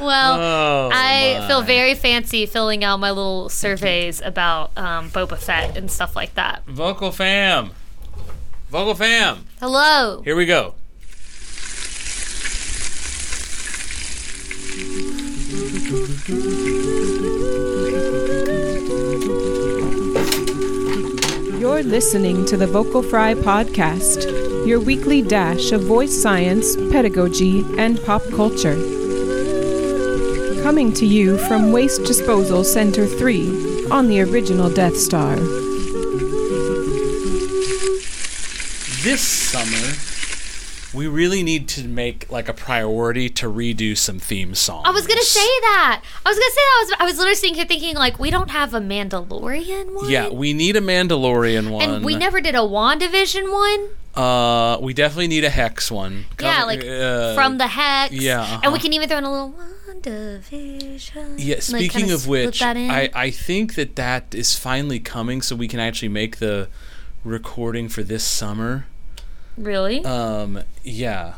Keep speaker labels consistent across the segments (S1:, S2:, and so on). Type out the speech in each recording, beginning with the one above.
S1: well,
S2: Oh,
S1: I feel
S2: my.
S1: very fancy filling out my little surveys about um, Boba Fett and stuff like that.
S2: Vocal fam. Vocal fam.
S1: Hello.
S2: Here we go.
S3: You're listening to the Vocal Fry Podcast, your weekly dash of voice science, pedagogy, and pop culture. Coming to you from Waste Disposal Center 3 on the original Death Star.
S2: This summer, we really need to make like a priority to redo some theme songs.
S1: I was gonna say that. I was gonna say that. I was, I was literally sitting here thinking like we don't have a Mandalorian one.
S2: Yeah, we need a Mandalorian one.
S1: And we never did a WandaVision one.
S2: Uh, we definitely need a Hex one.
S1: yeah,
S2: Cover-
S1: like
S2: uh,
S1: from the hex.
S2: yeah,
S1: And we
S2: uh-huh.
S1: can even throw in a little WandaVision.
S2: Yeah,
S1: like,
S2: speaking
S1: kinda
S2: of
S1: split
S2: which,
S1: that in.
S2: I, I think that that is finally coming, so we can actually make the recording for this summer.
S1: really.
S2: Um, yeah.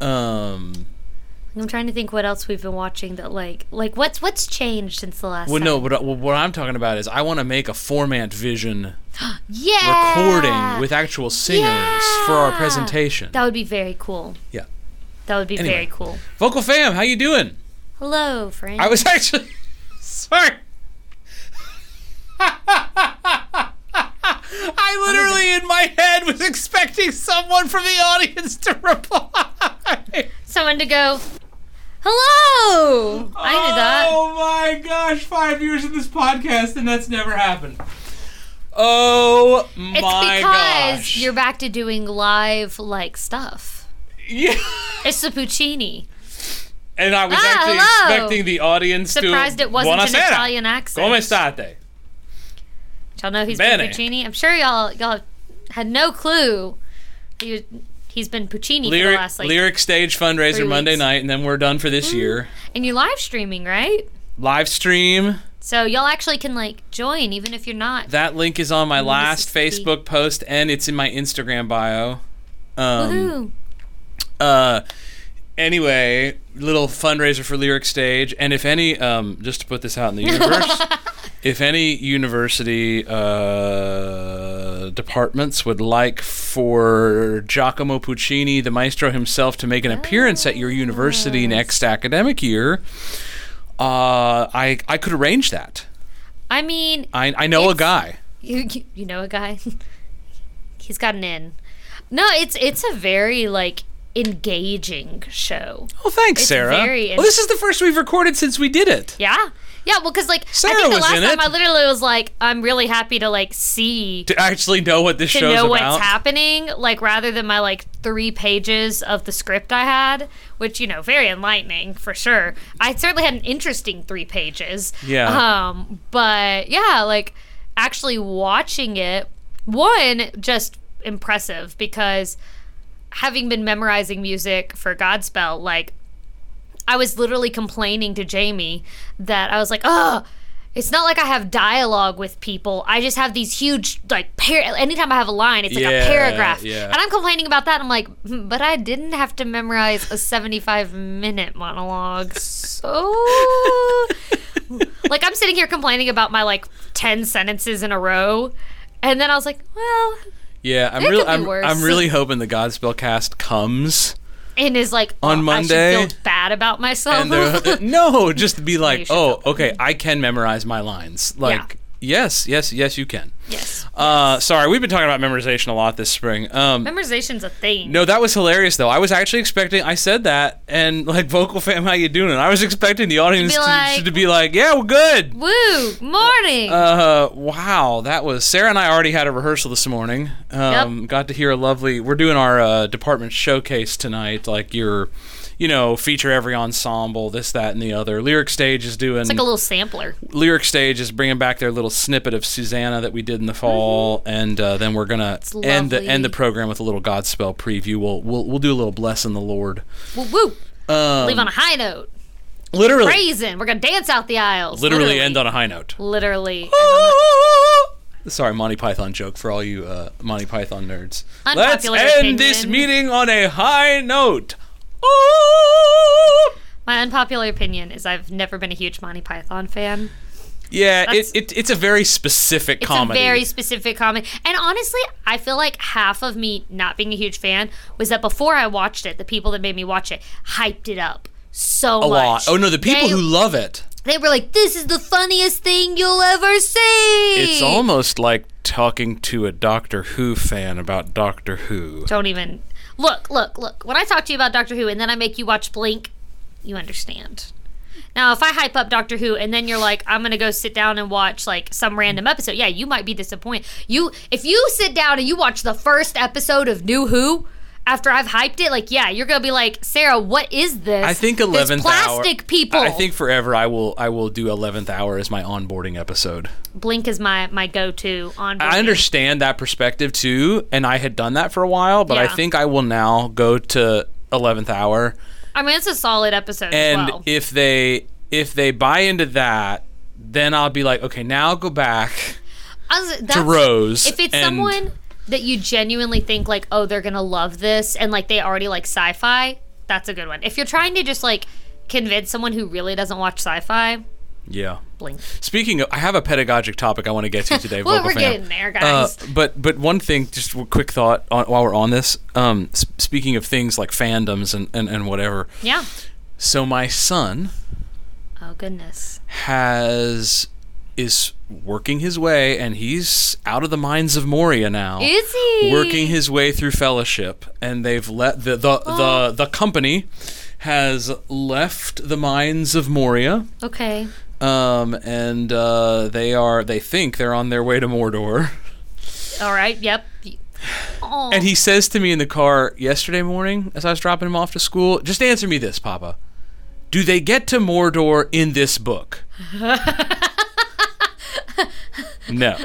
S2: Um,
S1: I'm trying to think what else we've been watching that like like what's what's changed since the last.
S2: well,
S1: time.
S2: no, but uh, well, what I'm talking about is I want to make a format vision
S1: yeah,
S2: recording with actual singers for our presentation.
S1: That would be very cool.
S2: yeah.
S1: That would be
S2: Anyway.
S1: very cool.
S2: Vocal fam, how you doing?
S1: Hello, friend.
S2: I was actually sorry. I literally in my head was expecting someone from the audience to reply.
S1: Someone to go. Hello. I did that.
S2: Oh my gosh, five years in this podcast and that's never happened. Oh my
S1: It's because
S2: gosh.
S1: you're back to doing live like stuff.
S2: Yeah.
S1: It's the Puccini.
S2: And I was
S1: Ah,
S2: actually
S1: hello.
S2: expecting the audience
S1: Surprised
S2: to
S1: it wasn't an
S2: Buonasera.
S1: Italian accent.
S2: Come state?
S1: Y'all know he's
S2: Bene.
S1: been Puccini. I'm sure y'all y'all had no clue. He was, he's been Puccini for the
S2: Lyric,
S1: last like
S2: lyric stage fundraiser
S1: three
S2: Monday
S1: weeks. Mm.
S2: night, and then we're done for this year.
S1: and you live streaming, right?
S2: Live stream.
S1: So y'all actually can like join even if you're not.
S2: That link is on my last
S1: is the-
S2: Facebook post, and it's in my Instagram bio. Um,
S1: Woohoo.
S2: uh, anyway, little fundraiser for Lyric Stage, and if any, um, just to put this out in the universe, if any university uh, departments would like for Giacomo Puccini, the maestro himself, to make an appearance at your university next academic year, uh, I I could arrange that.
S1: I mean,
S2: I I know a
S1: It's-
S2: guy.
S1: you you- you know a guy. he's got an in. No, it's it's a very like engaging show.
S2: Well, Oh, thanks,
S1: It's
S2: Sarah.
S1: very
S2: well, this is the first we've recorded since we did it.
S1: Yeah. Yeah, well, because like
S2: Sarah
S1: I think the
S2: was
S1: last
S2: in
S1: time
S2: it.
S1: I literally was like, I'm really happy to like see
S2: To actually know what this
S1: to
S2: show's
S1: know
S2: about.
S1: what's happening, like rather than my like three pages of the script I had, which you know, very enlightening for sure. I certainly had an interesting three pages.
S2: Yeah.
S1: Um, but yeah, like actually watching it, one just impressive because having been memorizing music for Godspell, like I was literally complaining to Jamie that I was like, oh, it's not like I have dialogue with people. I just have these huge, like, par- anytime I have a line, it's like
S2: Yeah,
S1: a paragraph.
S2: yeah.
S1: And I'm complaining about that. I'm like, "Hmm, but I didn't have to memorize a 75 minute monologue. So, like, I'm sitting here complaining about my, like, 10 sentences in a row. And then I was like, well,
S2: Yeah, I'm
S1: It
S2: really,
S1: could be
S2: I'm,
S1: worse.
S2: I'm really hoping the Godspell cast comes
S1: and is like,
S2: On
S1: "Oh, I
S2: Monday,
S1: should feel bad about myself.
S2: and they're no, just to be like,
S1: should
S2: oh, okay, I can memorize my lines. Like, yes, yes, yes, you can.
S1: yes.
S2: Uh, sorry, we've been talking about memorization a lot this spring. Um,
S1: Memorization's a thing.
S2: no, that was hilarious though. I was actually expecting. I said that, and like, vocal fam, how you doing? And I was expecting the audience to,
S1: like-
S2: to be like, yeah, we're good.
S1: Woo, morning.
S2: Uh, wow, that was Sarah and I already had a rehearsal this morning. Um, got to hear a lovely. We're doing our uh, department showcase tonight, like your, you know, feature every ensemble, this, that, and the other. Lyric Stage is doing.
S1: like a little sampler.
S2: Lyric Stage is bringing back their little snippet of Susanna that we did in the fall, and uh, then we're gonna end the
S1: Mm-hmm. lovely.
S2: end the program with a little Godspell preview. We'll we'll, we'll do a little bless in the Lord.
S1: Woo woo.
S2: Um,
S1: Leave on a high note.
S2: literally,
S1: Brazen. We're gonna dance out the aisles.
S2: literally, end on a high note.
S1: Literally.
S2: Sorry, Monty Python joke for all you uh, Monty Python nerds. Let's
S1: Unpopular
S2: end this
S1: opinion.
S2: meeting on a high note. Oh!
S1: unpopular opinion is I've never been a huge Monty Python fan.
S2: Yeah, it,
S1: That's-
S2: it, it's a very specific
S1: It's
S2: comedy.
S1: a very specific comedy. And honestly, I feel like half of me not being a huge fan was that before I watched it, the people that made me watch it hyped it up so
S2: a lot.
S1: much.
S2: Oh no, the people
S1: They-
S2: who love it.
S1: they were like, "This is the funniest thing you'll ever see."
S4: It's almost like talking to a Doctor Who fan about Doctor Who.
S1: Don't even look, look, look. When I talk to you about Doctor Who and then I make you watch Blink, you understand. Now, if I hype up Doctor Who and then you're like, I'm gonna go sit down and watch like some random episode, yeah, you might be disappointed. You, if you sit down and you watch the first episode of New Who after I've hyped it, like, yeah, you're gonna be like, Sarah, what is this?
S2: I think
S1: There's
S2: eleventh hour.
S1: plastic people.
S2: I think forever I will I will do eleventh hour as my onboarding episode.
S1: Blink is my my go-to on.
S2: I understand that perspective too, and I had done that for a while, but I
S1: Yeah.
S2: think I will now go to eleventh hour.
S1: I mean, it's a solid episode
S2: And
S1: as well.
S2: if they if they buy into that, then I'll be like, okay, now go back.
S1: I was- that's-
S2: Rose
S1: If it's
S2: and-
S1: someone that you genuinely think like, oh, they're gonna love this, and like they already like sci-fi, that's a good one. If you're trying to just like convince someone who really doesn't watch sci-fi,
S2: Yeah.
S1: blink.
S2: Speaking of, I have a pedagogic topic I want to get to today.
S1: Well,
S2: Vocal
S1: we're
S2: fam.
S1: getting there, guys.
S2: Uh, but but one thing, just a quick thought on, while we're on this. Um, s- speaking of things like fandoms and, and, and whatever.
S1: Yeah.
S2: So my son
S1: Oh goodness.
S2: has is working his way, and he's out of the minds of Moria now.
S1: Is he
S2: working his way through fellowship and they've let the the,
S1: Oh.
S2: the the company has left the mines of Moria
S1: Okay.
S2: um, and uh, they are they think they're on their way to Mordor
S1: All right. Yep. Oh.
S2: and he says to me in the car yesterday morning as I was dropping him off to school just answer me this papa do they get to Mordor in this book no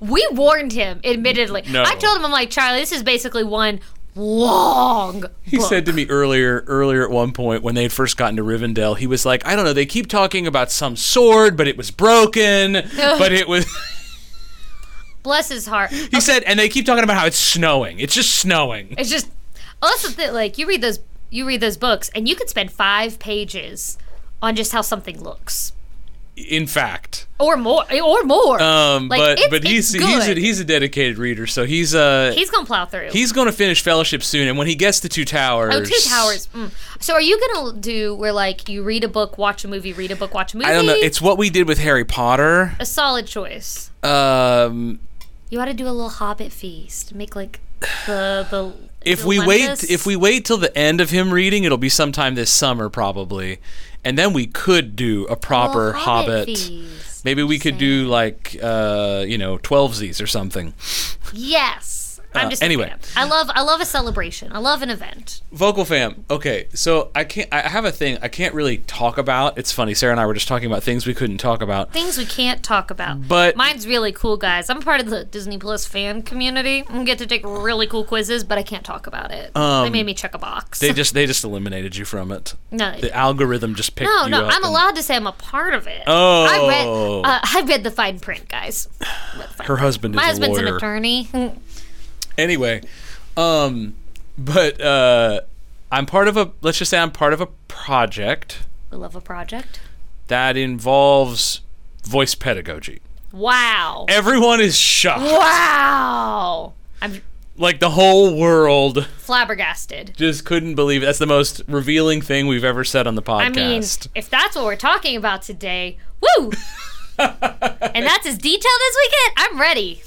S1: we warned him. Admittedly,
S2: No.
S1: I told him I'm like Charlie. This is basically one long.
S2: He said to me earlier, earlier at one point when they had first gotten to Rivendell, he was like, "I don't know. They keep talking about some sword, but it was broken. but it was."
S1: Bless his heart.
S2: He said, and they keep talking about how it's snowing. It's just snowing.
S1: It's just also that like you read those you read those books and you could spend five pages on just how something looks
S2: In fact,
S1: or more or more.
S2: um,
S1: Like,
S2: but
S1: it's-
S2: but he's
S1: it's
S2: he's a,
S1: good.
S2: he's a dedicated reader, so he's uh
S1: he's gonna plow through.
S2: he's going to finish Fellowship soon, and when he gets to Two Towers,
S1: Oh, two towers. Mm. So are you gonna do where like you read a book, watch a movie, read a book, watch a movie?
S2: I don't know. It's what we did with Harry Potter.
S1: a solid choice.
S2: Um,
S1: You ought to do a little Hobbit feast. Make like the the.
S2: if
S1: the
S2: we
S1: lenses.
S2: wait if we wait till the end of him reading it'll be sometime this summer probably and then we could do a
S1: Little
S2: proper hobbit,
S1: feast.
S2: maybe we could do like uh you know 12sies or something
S1: Yes. I'm
S2: Uh,
S1: just making
S2: anyway.
S1: it up. I love I love a celebration. I love an event.
S2: vocal fam okay so i can't i have a thing i can't really talk about it's funny sarah and i were just talking about things we couldn't talk about
S1: things we can't talk about.
S2: But-
S1: mine's really cool, guys. I'm part of the Disney Plus fan community. I get to take really cool quizzes, but I can't talk about it. they made me check a box.
S2: Um, they just they just eliminated you from it
S1: No, they
S2: the
S1: didn't.
S2: algorithm just picked
S1: no,
S2: you
S1: no,
S2: up
S1: I'm
S2: and-
S1: allowed to say I'm a part of it.
S2: Oh.
S1: I read, uh, I read the fine print, guys.
S2: her husband is
S1: My
S2: a
S1: husband's
S2: lawyer
S1: an attorney.
S2: anyway um but uh i'm part of a let's just say i'm part of a project
S1: we love a project.
S2: that involves voice pedagogy
S1: Wow,
S2: everyone is shocked
S1: wow. I'm
S2: like the whole world
S1: flabbergasted.
S2: just couldn't believe it. that's the most revealing thing we've ever said on the
S1: I mean,
S2: podcast
S1: if that's what we're talking about today, woo! and that's as detailed as we get. I'm ready.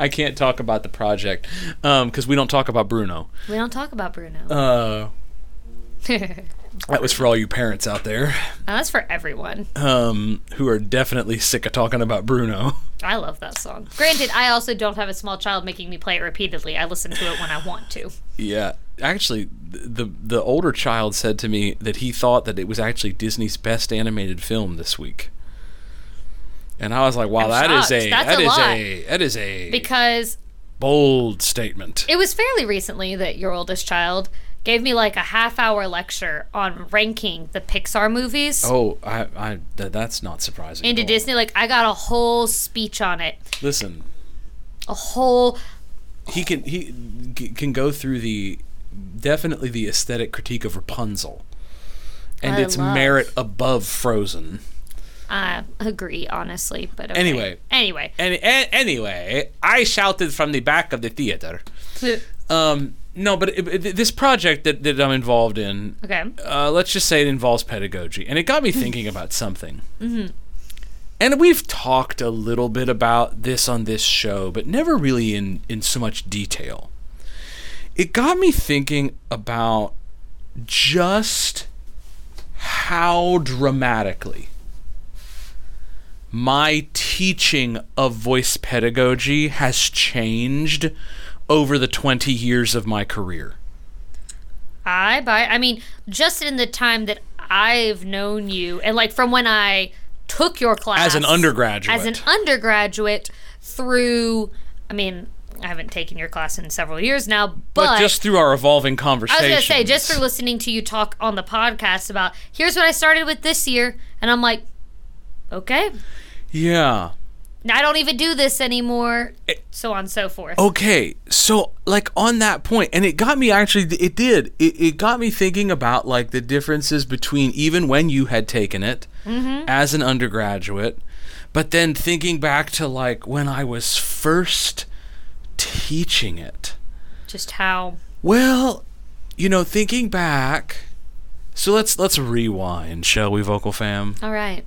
S2: i, can't talk about the project because we don't talk about bruno
S1: We don't talk about Bruno.
S2: uh,
S1: oh,
S2: that was for all you parents out there
S1: that's for everyone.
S2: um, who are definitely sick of talking about bruno
S1: I love that song. Granted, I also don't have a small child making me play it repeatedly. I listen to it when I want to.
S2: Yeah, actually, th- the the older child said to me that he thought that it was actually Disney's best animated film this week, and I was like,
S1: I'm
S2: "Wow, that is
S1: shocked.
S2: a
S1: That's
S2: that
S1: a
S2: is
S1: lot.
S2: a that is a
S1: Because
S2: bold statement."
S1: it was fairly recently that your oldest child gave me like a half hour lecture on ranking the Pixar movies.
S2: oh, I, I th- that's not surprising.
S1: Into
S2: at all.
S1: Disney, like I got a whole speech on it,
S2: Listen,
S1: a whole
S2: he can he g- can go through the definitely the aesthetic critique of Rapunzel and
S1: I
S2: its
S1: love-
S2: merit above Frozen.
S1: I uh, agree, honestly. But okay.
S2: Anyway.
S1: anyway,
S2: And, a anyway, I shouted from the back of the theater. Um, no, but it, it, this project that, that I'm involved in,
S1: okay.
S2: uh, let's just say it involves pedagogy, and it got me thinking about something. And we've talked a little bit about this on this show, but never really in, in so much detail. It got me thinking about just how dramatically my teaching of voice pedagogy has changed over the 20 years of my career.
S1: I buy. I mean, just in the time that I've known you, and like from when I took your class
S2: As an undergraduate.
S1: as an undergraduate through. I mean, I haven't taken your class in several years now, but,
S2: but just through our evolving
S1: I
S2: conversation.
S1: was gonna say just for listening to you talk on the podcast about here's what I started with this year, and I'm like, okay,
S2: yeah.
S1: I don't even do this anymore, so on and so forth.
S2: Oh. Okay, so like on that point, and it got me actually. It did. It, it got me thinking about like the differences between even when you had taken it
S1: Mm-hmm.
S2: as an undergraduate, but then thinking back to like when I was first teaching it.
S1: Just how
S2: Well, you know, thinking back. So let's let's rewind, shall we, Vocal Fam?
S1: all right.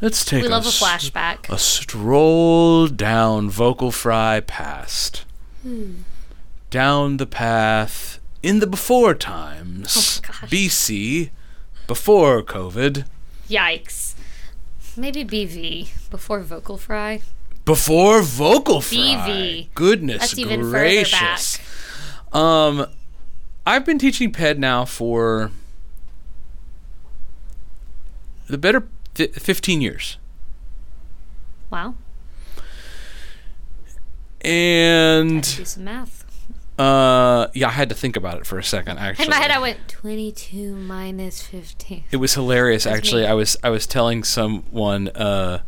S2: Let's take.
S1: We love a
S2: s-
S1: flashback.
S2: A stroll down Vocal Fry past.
S1: Hmm.
S2: Down the path in the before times.
S1: Oh, gosh.
S2: BC, before COVID,
S1: Yikes. Maybe BV before vocal fry.
S2: before Vocal Fry.
S1: BV.
S2: Goodness
S1: That's even further
S2: gracious. Um, I've been teaching PED now for the better fi 15 years.
S1: Wow.
S2: And
S1: Do some math.
S2: Uh, yeah, I had to think about it for a second. Actually,
S1: In my head, I went 22 minus 15.
S2: it was hilarious.
S1: That's
S2: Actually,
S1: me.
S2: I was I was telling someone. Uh,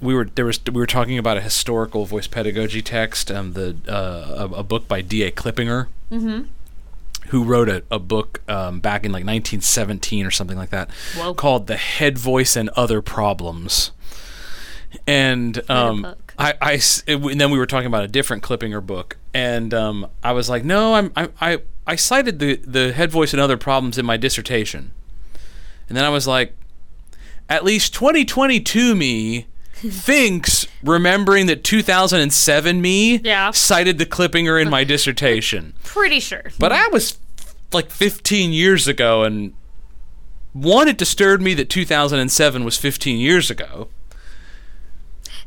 S2: we were there was we were talking about a historical voice pedagogy text, um, the uh, a, a book by D. A. Klippinger,
S1: Mm-hmm.
S2: who wrote a, a book um, back in like 1917 or something like that,
S1: Whoa.
S2: called "The Head Voice and Other Problems." and um,
S1: book.
S2: I, I s- it- and then we were talking about a different Klippinger book, and um, I was like, no, I'm, I'm I I cited the the head voice and other problems in my dissertation, and then I was like, at least 2022 me thinks remembering that 2007 me
S1: Yeah.
S2: cited the Klippinger in my dissertation,
S1: Pretty sure.
S2: but I was like 15 years ago, and one it disturbed me that 2007 was 15 years ago.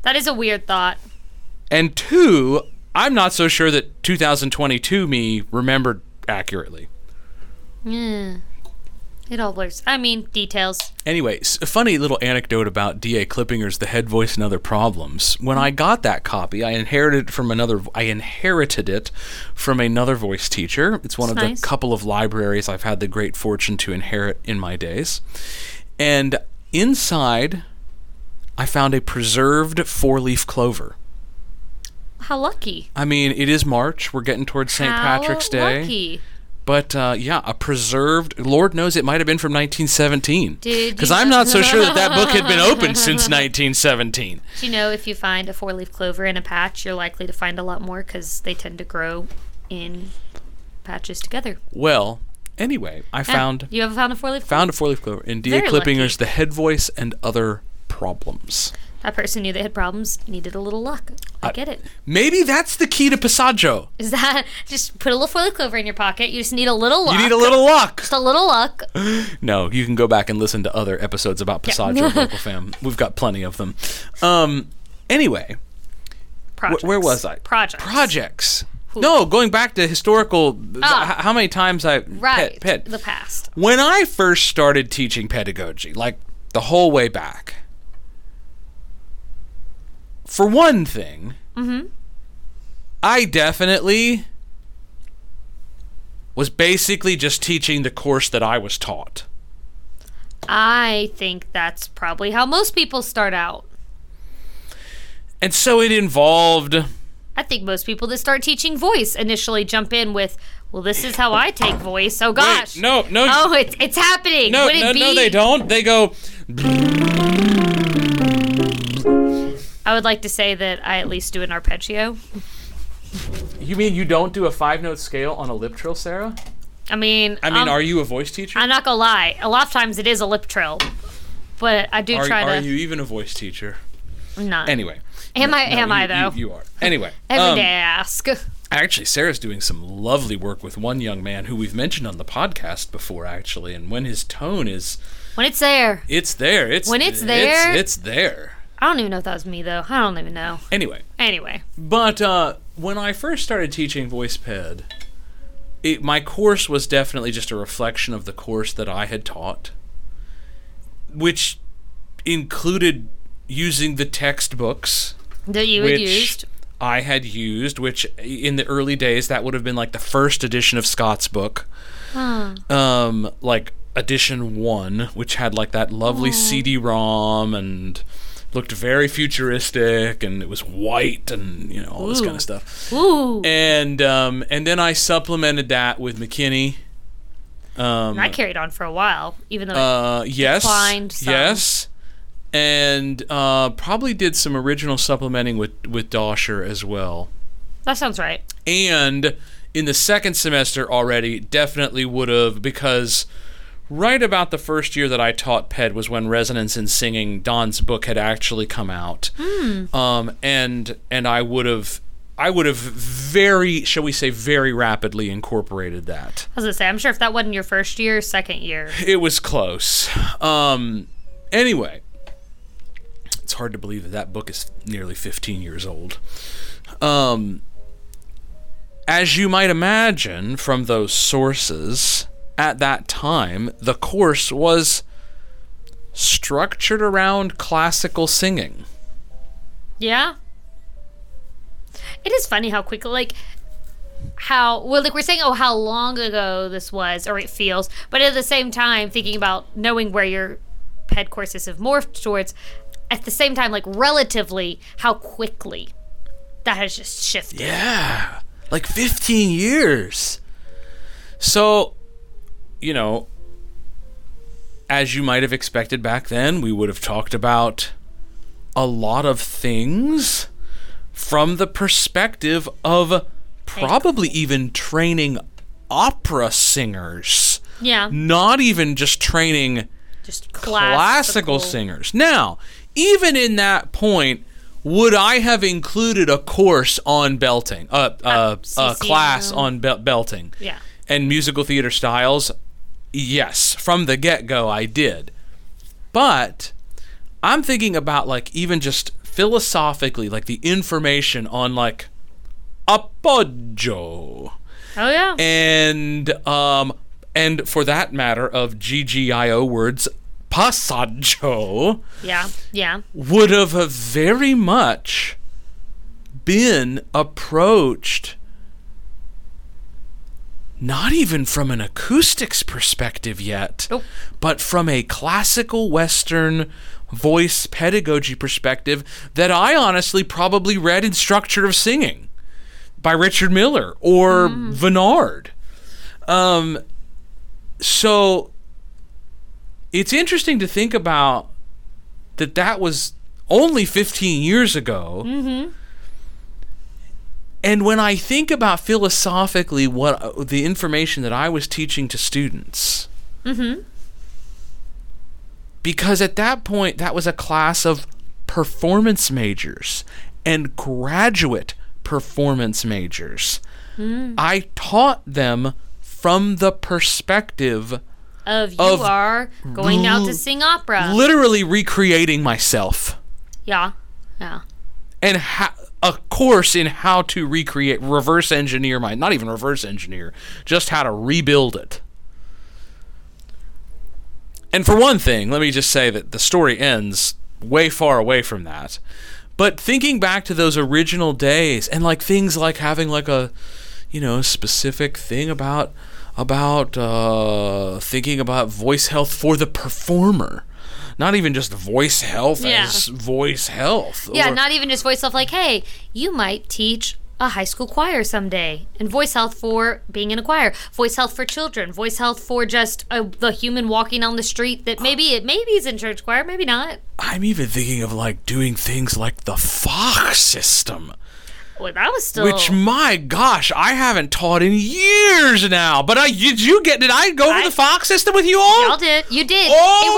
S1: That is a weird thought.
S2: And two, I'm not so sure that 2022 me remembered accurately.
S1: Yeah. Hmm. It all blurs. I mean, details.
S2: Anyway, s- a funny little anecdote about D.A. Klippinger's The Head Voice and Other Problems. When I got that copy, I inherited it from another I inherited it from another voice teacher. It's one
S1: That's
S2: of
S1: nice.
S2: the couple of libraries I've had the great fortune to inherit in my days. And inside I found a preserved four-leaf clover.
S1: How lucky.
S2: I mean, it is March. We're getting towards St.
S1: How
S2: Patrick's Day.
S1: Lucky.
S2: But uh, yeah, a preserved. Lord knows it might have been from 1917.
S1: Dude,
S2: Because
S1: you
S2: I'm
S1: know-
S2: not so sure that that book had been open since 1917.
S1: Do you know if you find a four leaf clover in a patch, you're likely to find a lot more because they tend to grow in patches together.
S2: Well, anyway,
S1: Uh,
S2: I
S1: Yeah.
S2: found
S1: You ever found a four leaf clover?
S2: found a four-leaf clover in D.A.
S1: Very lucky.
S2: Klippinger's "The Head Voice and Other Problems."
S1: That person knew they had problems, needed a little luck. I
S2: I-
S1: get it.
S2: Maybe that's the key to Passaggio.
S1: Is that just put a little four leaf clover in your pocket? You just need a little luck.
S2: You need a little luck.
S1: Just a little luck.
S2: No, you can go back and listen to other episodes about Passaggio, Vocal Fam. We've got plenty of them. Um, anyway,
S1: Projects.
S2: Where was I?
S1: Projects.
S2: Projects. No, going back to historical.
S1: Ah.
S2: h- how many times I
S1: Right.
S2: Pet, pet.
S1: The past.
S2: when I first started teaching pedagogy, like the whole way back. For one thing,
S1: Mm-hmm.
S2: I definitely was basically just teaching the course that I was taught.
S1: I think that's probably how most people start out.
S2: And so it involved
S1: I think most people that start teaching voice initially jump in with, well, this is how I take voice. Oh gosh.
S2: no, no.
S1: Oh, it's it's happening.
S2: No,
S1: Would it
S2: no,
S1: be?
S2: no, they don't. They go.
S1: I would like to say that I at least do an arpeggio.
S5: You mean you don't do a five note scale on a lip trill, Sarah?
S1: I mean,
S2: I mean,
S1: um,
S2: are you a voice teacher?
S1: I'm not gonna lie. A lot of times it is a lip trill, but I do
S2: are
S1: try
S2: are
S1: to.
S2: you even a voice teacher?
S1: I'm not.
S2: Anyway.
S1: am I?
S2: No,
S1: am
S2: you-
S1: I
S2: you-
S1: though?
S2: You, are. Anyway.
S1: Every
S2: um,
S1: day I ask.
S2: Actually, Sarah's doing some lovely work with one young man who we've mentioned on the podcast before, actually. And when his tone is,
S1: When it's there,
S2: it's there. It's
S1: When it's there-
S2: It's, it's there.
S1: I don't even know if that was me though. I don't even know.
S2: Anyway,
S1: Anyway,
S2: but uh, when I first started teaching voice ped, it, my course was definitely just a reflection of the course that I had taught, which included using the textbooks
S1: that you had
S2: which
S1: used.
S2: I had used, which in the early days that would have been like the first edition of Scott's book, um, like edition one, which had like that lovely CD-ROM and looked very futuristic, and it was white and you know all this kind
S1: Ooh.
S2: of stuff.
S1: Ooh,
S2: And um, and then I supplemented that with McKinney. Um,
S1: I carried on for a while, even though
S2: uh, yes,
S1: declined some.
S2: yes, and uh, probably did some original supplementing with with Dosher as well
S1: that sounds right.
S2: and in the second semester already definitely would have because right about the first year that I taught ped was when Resonance in Singing Don's book had actually come out. Um and and I would have I would have very shall we say very rapidly incorporated that.
S1: I was gonna say, I'm sure if that wasn't your first year, second year.
S2: It was close. Um anyway, it's hard to believe that that book is nearly 15 years old. Um, as you might imagine from those sources, at that time, the course was structured around classical singing.
S1: Yeah. It is funny how quickly, like, how, well, like, we're saying, oh, how long ago this was, or it feels, but at the same time, thinking about knowing where your ped courses have morphed towards, at the same time, like, relatively, how quickly that has just shifted.
S2: Yeah, like 15 years. So, you know, as you might have expected back then, we would have talked about a lot of things from the perspective of probably even training opera singers,
S1: Yeah.
S2: not even just training
S1: Just
S2: classical singers. Now, even in that point, would I have included a course on belting, uh, uh,
S1: Uh,
S2: a class
S1: CCM.
S2: on bel- belting,
S1: Yeah.
S2: and musical theater styles? Yes, from the get go, I did. But I'm thinking about like even just philosophically, like the information on like appoggio
S1: Oh, yeah.
S2: and um and for that matter of GGIO words passaggio
S1: yeah. Yeah.
S2: would have very much been approached not even from an acoustics perspective yet,
S1: Nope.
S2: but from a classical Western voice pedagogy perspective that I honestly probably read in Structure of Singing by Richard Miller or Vennard. Um, so it's interesting to think about that that was only 15 years ago. And when I think about philosophically what uh, the information that I was teaching to students, because at that point that was a class of performance majors and graduate performance majors. I taught them from the perspective
S1: Of you
S2: of-
S1: are going out to sing opera.
S2: literally recreating myself
S1: yeah. Yeah.
S2: and ha- a course in how to recreate reverse engineer my not even reverse engineer just how to rebuild it and for one thing let me just say that the story ends way far away from that but thinking back to those original days and like things like having like a you know specific thing about about uh, thinking about voice health for the performer not even just voice health
S1: Yeah.
S2: as voice health
S1: Yeah,
S2: or-
S1: not even just voice stuff like, hey, you might teach a high school choir someday, and voice health for being in a choir, voice health for children, voice health for just uh the human walking on the street that maybe it maybe is in church choir, maybe not.
S2: I'm even thinking of like doing things like the Fox system,
S1: Well, that was still
S2: which my gosh, I haven't taught in years now. But I did you get did I go over
S1: I-
S2: the Fox system with you all?
S1: y'all did. You did.
S2: Oh
S1: it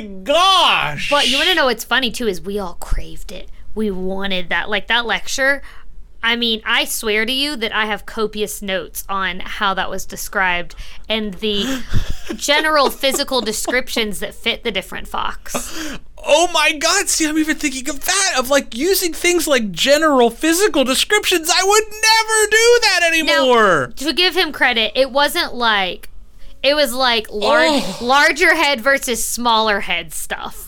S1: wasn't.
S2: my gosh!
S1: But you want to know what's funny too is we all craved it. We wanted that. Like that lecture. I mean, I swear to you that I have copious notes on how that was described and the general physical descriptions that fit the different fox.
S2: Oh my god, see, I'm even thinking of that, of like using things like general physical descriptions. I would never do that anymore.
S1: To give him credit, it wasn't like it was like large,
S2: Oh.
S1: larger head versus smaller head stuff.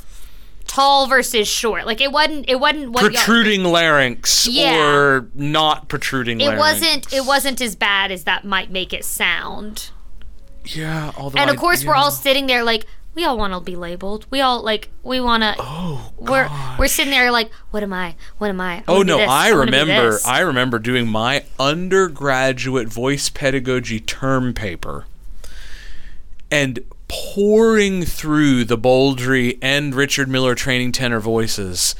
S1: Tall versus short. Like it wasn't it wasn't what y'all-
S2: protruding larynx
S1: Yeah.
S2: or not protruding
S1: it
S2: larynx.
S1: wasn't it wasn't as bad as that might make it sound.
S2: Yeah, although.
S1: and of
S2: I-
S1: course we're
S2: yeah.
S1: all sitting there like we all want to be labeled. We all like we want to. Oh, we're we're sitting there like, what am I? What am I? I
S2: Oh
S1: wanna be
S2: no,
S1: this.
S2: I
S1: wanna be
S2: remember
S1: this."
S2: I remember doing my undergraduate voice pedagogy term paper and pouring through the Bouldry and Richard Miller training tenor voices,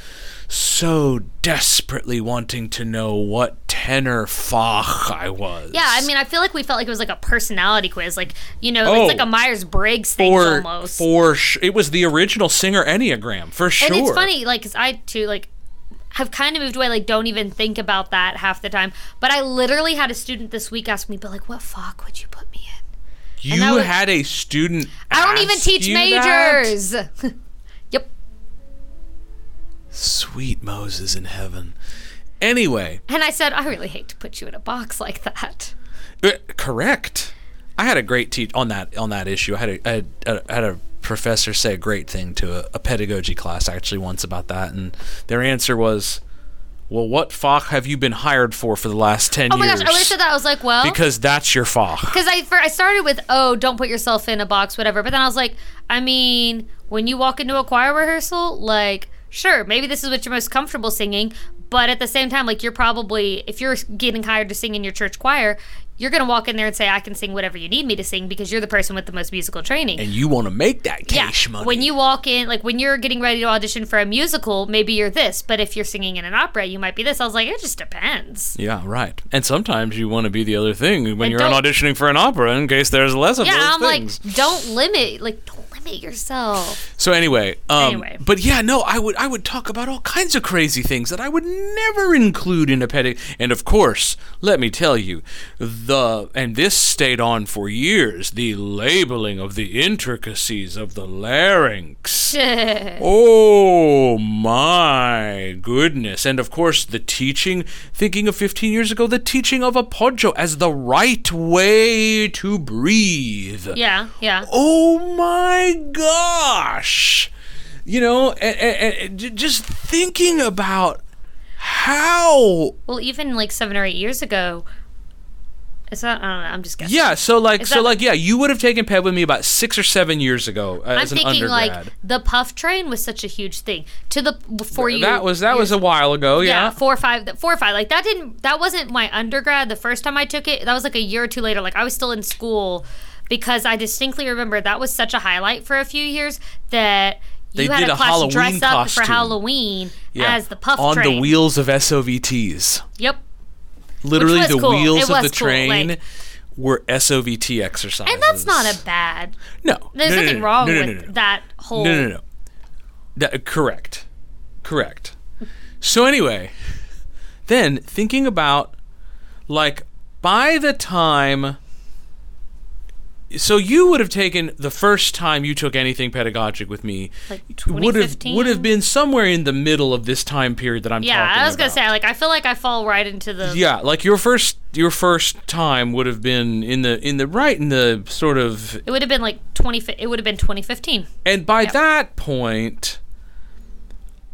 S2: so desperately wanting to know what tenor Fach I was.
S1: yeah, I mean, I feel like we felt like it was like a personality quiz, like you know,
S2: Oh.
S1: it's like a Myers Briggs thing
S2: for,
S1: almost.
S2: for sh- it was the original singer Enneagram for sure.
S1: and it's funny, like, 'cause I too like have kind of moved away, like don't even think about that half the time. But I literally had a student this week ask me, but like, what fuck would you put me in?
S2: You
S1: that was-
S2: had a student.
S1: I don't even
S2: ask
S1: teach
S2: you that?
S1: majors. yep.
S2: Sweet Moses in heaven. Anyway,
S1: And I said, I really hate to put you in a box like that.
S2: uh, correct. I had a great teach on that on that issue. I had a, I had a, I had a professor say a great thing to a, a pedagogy class actually once about that, and their answer was, "Well, what Foch have you been hired for for the last ten
S1: Oh my
S2: years?"
S1: gosh, I would have said that. I was like, well, because
S2: Because that's your Foch.
S1: I, fir- I started with, oh, don't put yourself in a box, whatever. But then I was like, I mean, when you walk into a choir rehearsal, like, sure, maybe this is what you're most comfortable singing. But at the same time, like, you're probably, if you're getting hired to sing in your church choir, you're going to walk in there and say, I can sing whatever you need me to sing because you're the person with the most musical training.
S2: And you want to make that
S1: yeah.
S2: cash money.
S1: When you walk in, like when you're getting ready to audition for a musical, maybe you're this, but if you're singing in an opera, you might be this. I was like, it just depends.
S2: yeah, right. And sometimes you want to be the other thing when
S1: And
S2: you're in
S1: don't-
S2: auditioning for an opera in case there's less of
S1: Yeah,
S2: those
S1: I'm
S2: things.
S1: like, don't limit, like, don't limit yourself.
S2: So anyway, um,
S1: Anyway.
S2: but yeah, no, I would I would talk about all kinds of crazy things that I would never include in a pedi. And of course, let me tell you, the and this stayed on for years. The labeling of the intricacies of the larynx. oh my goodness! And of course, the teaching. Thinking of 15 years ago, the teaching of a podjo as the right way to breathe.
S1: Yeah, yeah.
S2: Oh my gosh! You know, and, and, and j- just thinking about how.
S1: Well, even like seven or eight years ago, is that, I don't know, I'm just guessing.
S2: Yeah, so like, so
S1: that-
S2: like, yeah, you would have taken Ped with me about six or seven years ago uh,
S1: I'm
S2: as an
S1: thinking
S2: undergrad.
S1: like the puff train was such a huge thing to the before you
S2: that was that was a while ago.
S1: yeah,
S2: Yeah.
S1: four or five four or five like that didn't that wasn't my undergrad the first time i took it that was like a year or two later like i was still in school because i distinctly remember that was such a highlight for a few years that you
S2: They
S1: had
S2: did
S1: a
S2: a
S1: class
S2: Halloween
S1: dress up
S2: costume.
S1: for halloween
S2: Yeah.
S1: as the puff
S2: on
S1: train
S2: the wheels of SOVTs.
S1: yep
S2: Literally,
S1: was
S2: the
S1: cool. It
S2: wheels of
S1: was
S2: the
S1: cool, like-
S2: train were SOVT exercises.
S1: and that's not a bad
S2: no.
S1: there's
S2: no, no,
S1: nothing
S2: no, no,
S1: wrong
S2: no, no,
S1: with
S2: no, no.
S1: that whole
S2: No, no, no. That, uh, correct. Correct. So, anyway, then thinking about like by the time. So you would have taken the first time you took anything pedagogic with me
S1: Like
S2: would have
S1: 2015?
S2: would have been somewhere in the middle of this time period that I'm
S1: yeah
S2: talking about.
S1: i was gonna say like i feel like i fall right into the
S2: Yeah, like your first your first time would have been in the in the right in the sort of
S1: it would have been like 20 fi- it would have been 2015
S2: And by that point,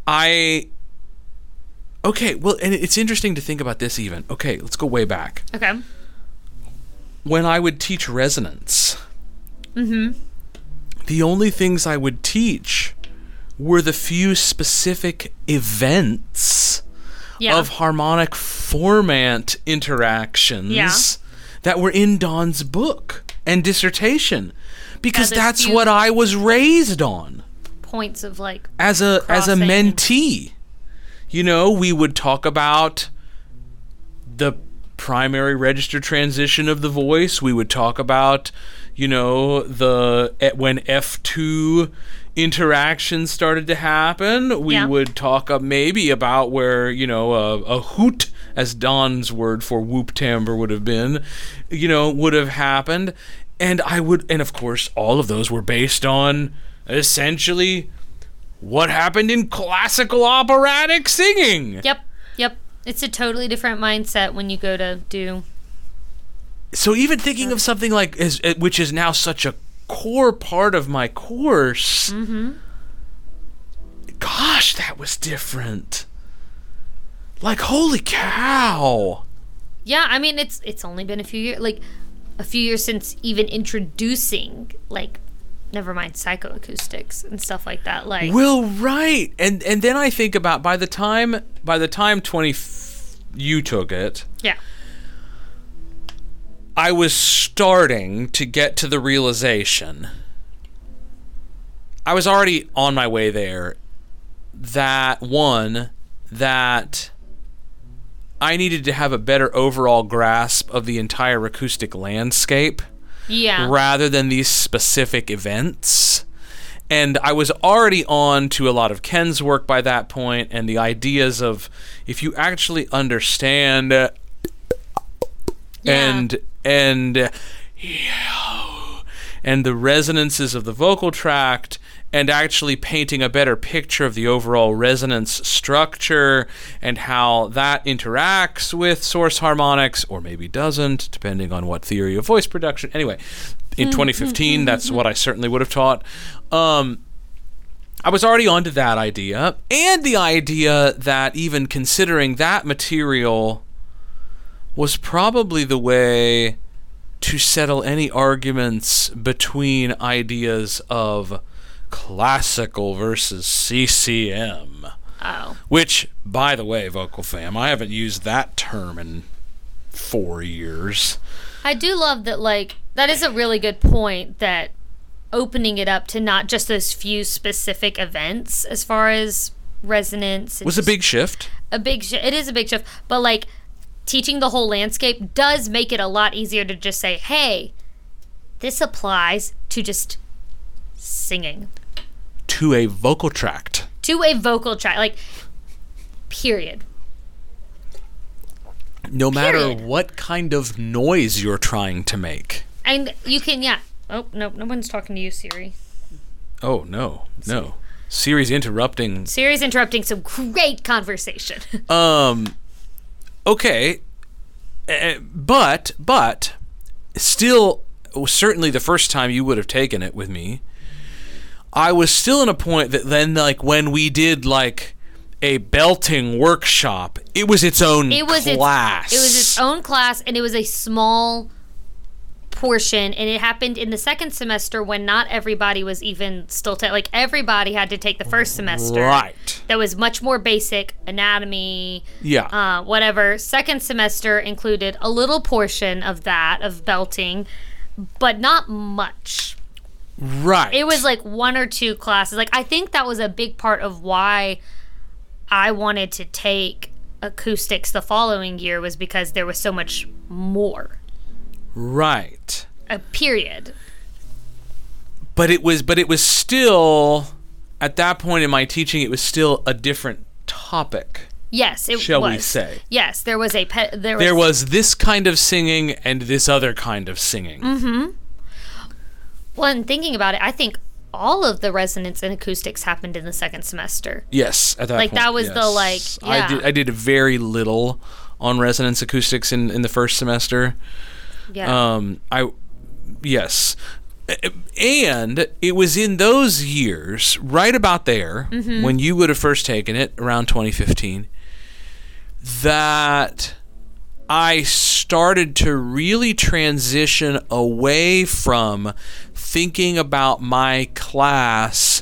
S2: I. Okay, well, and it's interesting to think about this even. Okay, let's go way back.
S1: okay
S2: When I would teach resonance,
S1: Mm-hmm.
S2: the only things I would teach were the few specific events
S1: yeah
S2: of harmonic f- formant interactions
S1: Yeah.
S2: that were in Don's book and dissertation because
S1: Yeah, there's
S2: that's
S1: few-
S2: what I was raised on
S1: points of like
S2: as a as a
S1: Crossing.
S2: mentee. You know, we would talk about the primary register transition of the voice. We would talk about, you know, the eh, when F2 interactions started to happen. We
S1: Yeah.
S2: would talk uh, maybe about where, you know, a, a hoot as Don's word for whoop timbre would have been, you know, would have happened. And I would and of course all of those were based on essentially what happened in classical operatic singing.
S1: yep, yep. It's a totally different mindset when you go to do
S2: so even thinking of something like is, uh, which is now such a core part of my course gosh that was different like holy cow
S1: Yeah, I mean it's it's only been a few years, like a few years since even introducing like never mind psychoacoustics and stuff like that. Like
S2: well right and and then i think about by the time by the time 20 f- you took it
S1: yeah.
S2: I was starting to get to the realization. I was already on my way there that one, that I needed to have a better overall grasp of the entire acoustic landscape
S1: Yeah.
S2: rather than these specific events. And I was already on to a lot of Ken's work by that point, and the ideas of if you actually understand uh,
S1: Yeah.
S2: and and uh, and the resonances of the vocal tract and actually painting a better picture of the overall resonance structure and how that interacts with source harmonics or maybe doesn't depending on what theory of voice production anyway in 2015 that's what i certainly would have taught um, I was already onto that idea, and the idea that even considering that material was probably the way to settle any arguments between ideas of classical versus CCM.
S1: oh.
S2: Which, by the way, Vocal Fam, I haven't used that term in four years.
S1: I do love that like that is a really good point that opening it up to not just those few specific events as far as resonance and
S2: Was a
S1: just-
S2: big shift.
S1: a big shift. It is a big shift, but like teaching the whole landscape does make it a lot easier to just say, "Hey, this applies to just singing
S2: To a vocal tract.
S1: to a vocal track." Like, period.
S2: No matter
S1: Period.
S2: what kind of noise you're trying to make.
S1: And you can, yeah. Oh no, no one's talking to you, Siri.
S2: Oh no, no. Siri's interrupting.
S1: Siri's interrupting some great conversation.
S2: Um, okay, Eh, but but still, certainly the first time you would have taken it with me, I was still in a point that then like when we did like a belting workshop, it was its own
S1: it was
S2: class.
S1: Its, it was its own class, and it was a small portion, and it happened in the second semester when not everybody was even still ta- like everybody had to take the first semester.
S2: right.
S1: That was much more basic anatomy,
S2: Yeah.
S1: uh, whatever. Second semester included a little portion of that of belting, but not much.
S2: right.
S1: It was like one or two classes. Like I think that was a big part of why I wanted to take acoustics the following year was because there was so much more.
S2: right.
S1: A period.
S2: but it was but it was still at that point in my teaching it was still a different topic
S1: Yes, it
S2: shall
S1: was.
S2: we say
S1: Yes, there was a pe- there was,
S2: there was this kind of singing and this other kind of singing
S1: one thinking about it. I think all of the resonance and acoustics happened in the second semester.
S2: yes at that
S1: Like,
S2: point,
S1: that was the, like,
S2: yes.
S1: yeah.
S2: i did i did very little on resonance acoustics in in the first semester
S1: Yeah.
S2: um i yes and it was in those years right about there when you would have first taken it around 2015 that i started to really transition away from thinking about my class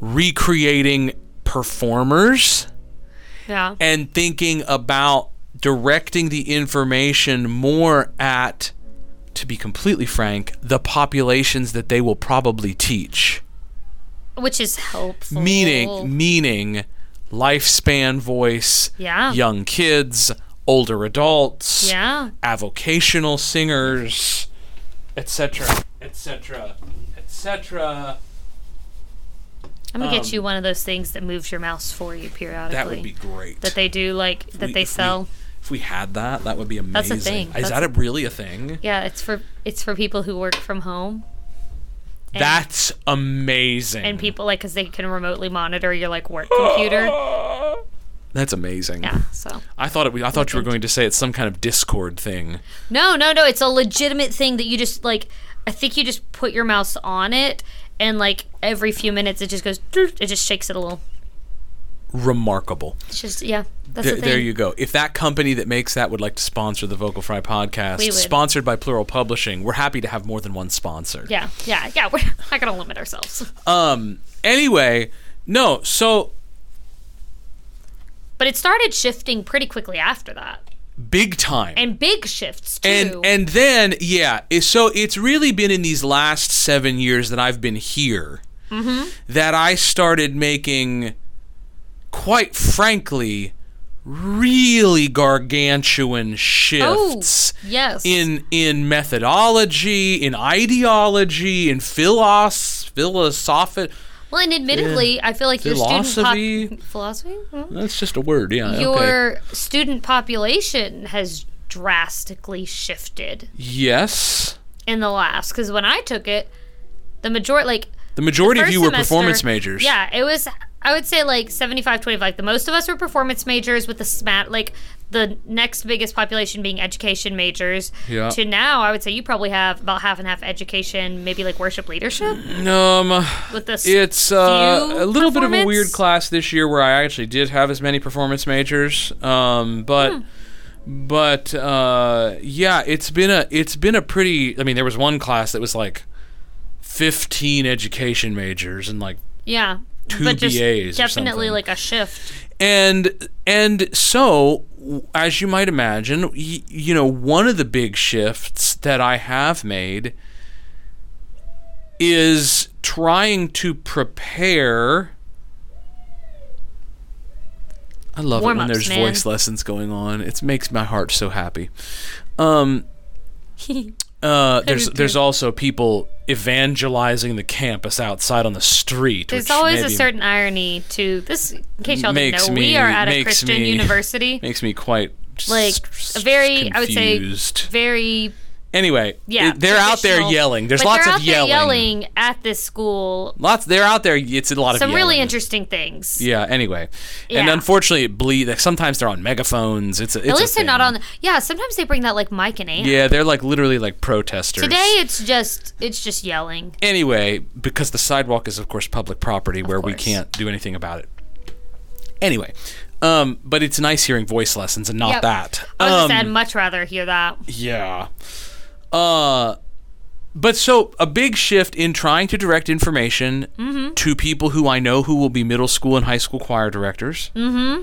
S2: recreating performers
S1: yeah.
S2: and thinking about directing the information more at, to be completely frank, the populations that they will probably teach.
S1: which is helpful.
S2: Meaning, meaning, lifespan voice,
S1: Yeah.
S2: young kids, older adults,
S1: yeah,
S2: avocational singers, etc., etc., etc.
S1: I'm gonna get you one of those things that moves your mouse for you periodically.
S2: um, That would be great.
S1: That they do like that
S2: We-
S1: they
S2: if we-
S1: sell.
S2: If we had that, that would be amazing.
S1: That's a thing.
S2: Is
S1: That's-
S2: that a, really a thing?
S1: Yeah, it's for it's for people who work from home
S2: That's amazing.
S1: and people like because they can remotely monitor your like work computer.
S2: That's amazing.
S1: Yeah, so
S2: I thought it. was- I thought you were going to say it's some kind of Discord thing.
S1: no, no, no. It's a legitimate thing that you just like. I think you just put your mouse on it, and like every few minutes, it just goes. "Droop," It just shakes it a little.
S2: Remarkable.
S1: It's just yeah. That's
S2: There,
S1: the thing.
S2: there you go. If that company that makes that would like to sponsor the Vocal Fry podcast,
S1: We would.
S2: sponsored by Plural Publishing, we're happy to have more than one sponsor.
S1: Yeah, yeah, yeah. We're not gonna limit ourselves,
S2: Um. Anyway, no. So
S1: but it started shifting pretty quickly after that,
S2: big time.
S1: and big shifts too.
S2: and and then yeah it- so it's really been in these last seven years that i've been here
S1: Mm-hmm.
S2: that i started making quite frankly really gargantuan
S1: oh
S2: shifts
S1: yes,
S2: in in methodology in ideology in philos philosophic
S1: well, and admittedly, I feel like your
S2: Philosophy.
S1: student pop- philosophy. Well,
S2: that's just a word yeah okay
S1: your student population has drastically shifted
S2: yes
S1: in the last because when i took it the majority like
S2: the majority of
S1: first
S2: you were
S1: semester-
S2: performance majors
S1: yeah it was i would say like 75 25 like the most of us were performance majors with the smat like the next biggest population being education majors
S2: Yeah.
S1: to now i would say you probably have about half and half education maybe like worship leadership
S2: um
S1: with this
S2: It's uh,
S1: few
S2: a little bit of a weird
S1: performance?
S2: class this year where I actually did have as many performance majors, um, but
S1: Hmm.
S2: but uh, yeah, it's been a it's been a pretty. I mean, there was one class that was like fifteen education majors and like
S1: yeah
S2: two
S1: but just
S2: BAs or
S1: definitely
S2: something.
S1: like a shift
S2: and and so w- as you might imagine, y- you know, one of the big shifts that I have made is trying to prepare. I love it when
S1: Warm-ups,
S2: there's
S1: man.
S2: voice lessons going on. It makes my heart so happy. Um, uh, there's there's also people evangelizing the campus outside on the street.
S1: There's
S2: which
S1: always a
S2: maybe
S1: certain irony to this. In case y'all didn't
S2: Makes
S1: know,
S2: me-
S1: we are at a
S2: makes
S1: Christian
S2: me-
S1: university.
S2: makes me quite s-
S1: Like,
S2: s-
S1: a very- I would say-
S2: confused.
S1: Very,
S2: Anyway,
S1: yeah.
S2: it- they're out there
S1: traditional-
S2: yelling. There's
S1: but
S2: lots
S1: they're
S2: of
S1: out there
S2: yelling.
S1: yelling at this school.
S2: Lots. They're out there. It's a lot of
S1: Some really
S2: yelling.
S1: interesting things.
S2: Yeah. Anyway, and
S1: Yeah.
S2: unfortunately, it bleed. like, Sometimes they're on megaphones. It's a. It's
S1: At
S2: a
S1: least they're not
S2: thing.
S1: on. The, yeah, sometimes they bring that like Mike and Ann.
S2: Yeah, they're like literally like protesters.
S1: Today it's just it's just yelling.
S2: Anyway, because the sidewalk is of course public property where we
S1: course.
S2: can't do anything about it. Anyway, um, but it's nice hearing voice lessons and not
S1: Yep.
S2: that.
S1: I was
S2: Um,
S1: just, I'd much rather hear that.
S2: Yeah. Uh but so a big shift in trying to direct information to people who I know who will be middle school and high school choir directors. Mm-hmm.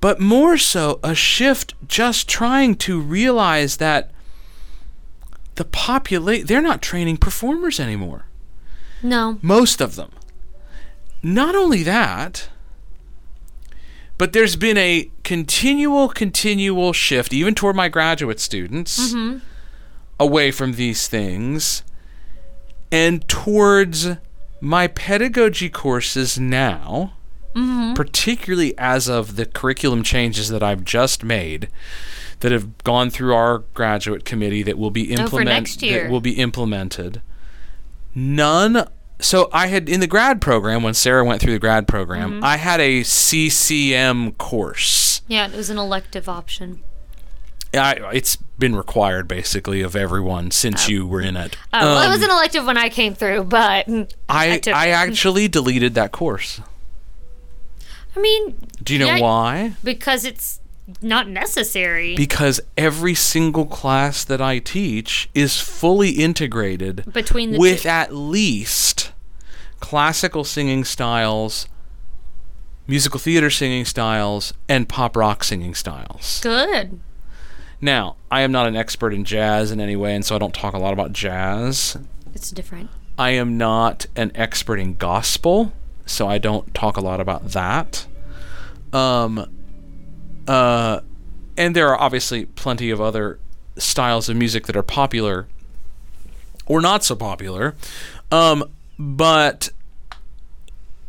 S2: But more so a shift just trying to realize that the population they're not training performers anymore.
S1: No,
S2: Most of them. Not only that, but there's been a continual, continual shift, even toward my graduate students, away from these things and towards my pedagogy courses now,
S1: Mm-hmm.
S2: particularly as of the curriculum changes that I've just made. That have gone through our graduate committee that will be
S1: Oh, for
S2: implemented.
S1: next year.
S2: That will be implemented none so i had in the grad program when sarah went through the grad program
S1: Mm-hmm.
S2: i had a ccm course
S1: yeah, it was an elective option.
S2: I, it's been required basically of everyone since you were in it
S1: Oh, well,
S2: Um,
S1: it was an elective when I came through, but mm,
S2: i,
S1: I took-
S2: I actually deleted that course
S1: I mean,
S2: do you know
S1: Yeah.
S2: why
S1: because it's not necessary.
S2: because every single class that i teach is fully integrated
S1: Between the
S2: with
S1: two.
S2: at least classical singing styles musical theater singing styles, and pop rock singing styles.
S1: Good.
S2: Now, I am not an expert in jazz in any way, and so I don't talk a lot about jazz.
S1: It's different.
S2: I am not an expert in gospel, so I don't talk a lot about that. Um, uh, and there are obviously plenty of other styles of music that are popular or not so popular. Um, but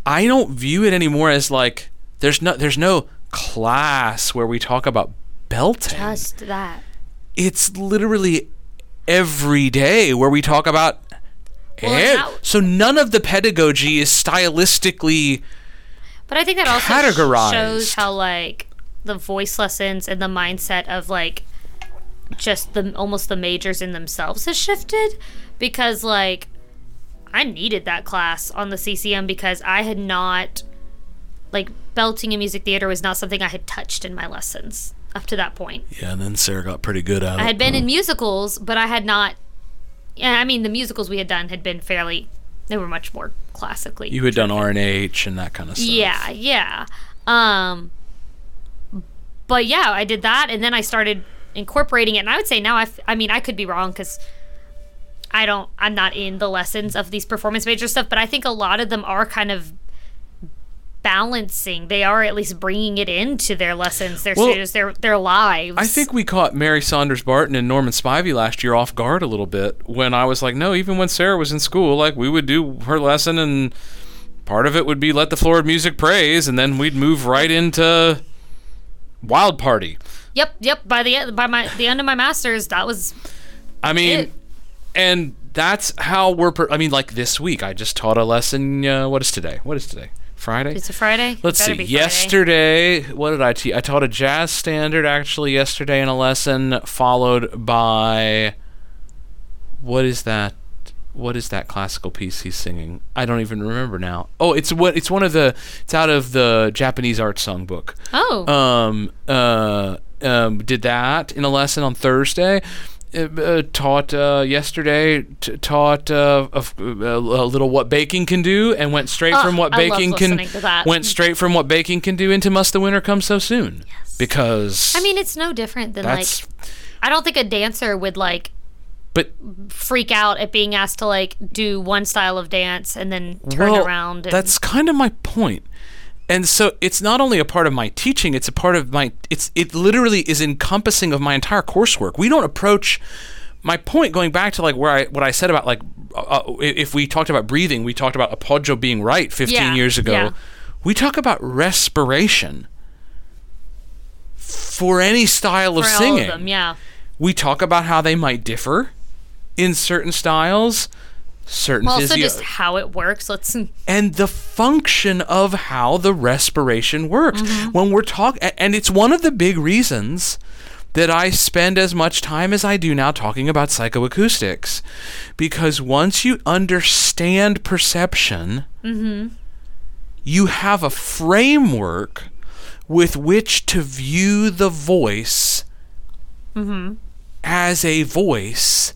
S2: I don't view it anymore as like there's no there's no class where we talk about belting
S1: Just that.
S2: it's literally every day where we talk about
S1: Well, and
S2: ev-
S1: that-
S2: so none of the pedagogy is stylistically
S1: But I think that also sh-
S2: Categorized.
S1: shows how like the voice lessons and the mindset of like just the almost the majors in themselves has shifted because like I needed that class on the CCM because I had not like belting in music theater was not something I had touched in my lessons up to that point.
S6: Yeah, and then Sarah got pretty good at it.
S1: I had been in musicals, but I had not. Yeah, I mean the musicals we had done had been fairly. They were much more classically.
S2: you had done r&h and that kind of stuff
S1: Yeah, yeah. Um but yeah, I did that and then I started incorporating it and I would say now I f- I mean I could be wrong cuz I don't I'm not in the lessons of these performance major stuff, but I think a lot of them are kind of balancing. They are at least bringing it into their lessons, their
S2: Well,
S1: students, their their lives.
S2: i think we caught mary saunders barton and norman spivey last year off guard a little bit when i was like no even when sarah was in school like we would do her lesson and part of it would be let the floor of music praise and then we'd move right into wild party
S1: Yep, yep, by the by my the end of my masters, that was
S2: I mean,
S1: It-
S2: and that's how we're. Per- I mean, like this week, I just taught a lesson. Uh, what is today? What is today? Friday.
S1: it's a Friday.
S2: Let's
S1: Better
S2: see.
S1: be Friday.
S2: Yesterday, what did I teach? I taught a jazz standard actually yesterday in a lesson, followed by what is that? What is that classical piece he's singing? I don't even remember now. Oh, it's what? It's one of the. It's out of the Japanese art songbook
S1: Oh.
S2: um, uh, um, did that in a lesson on Thursday. Uh, uh, taught uh, yesterday. T- taught uh, of, uh, a little what baking can do, and went straight
S1: Ah,
S2: from what
S1: I love
S2: baking can
S1: listening to that.
S2: went straight from what baking can do into must the winter come so soon. Yes. Because
S1: I mean, it's no different than
S2: that's
S1: like I don't think a dancer would like
S2: but
S1: freak out at being asked to like do one style of dance and then turn
S2: well,
S1: around. And,
S2: That's kind of my point. And so it's not only a part of my teaching, it's a part of my it's it literally is encompassing of my entire coursework. We don't approach my point going back to like where I what I said about like uh, uh, if we talked about breathing, we talked about Apodjo being right 15
S1: Yeah,
S2: years ago.
S1: yeah.
S2: We talk about respiration for any style of
S1: for all
S2: singing.
S1: of them, yeah.
S2: We talk about how they might differ in certain styles, certain
S1: Well, also
S2: physio-
S1: just how it works. Let's
S2: and the function of how the respiration works. When we're talking, and it's one of the big reasons that I spend as much time as I do now talking about psychoacoustics, because once you understand perception, you have a framework with which to view the voice as a voice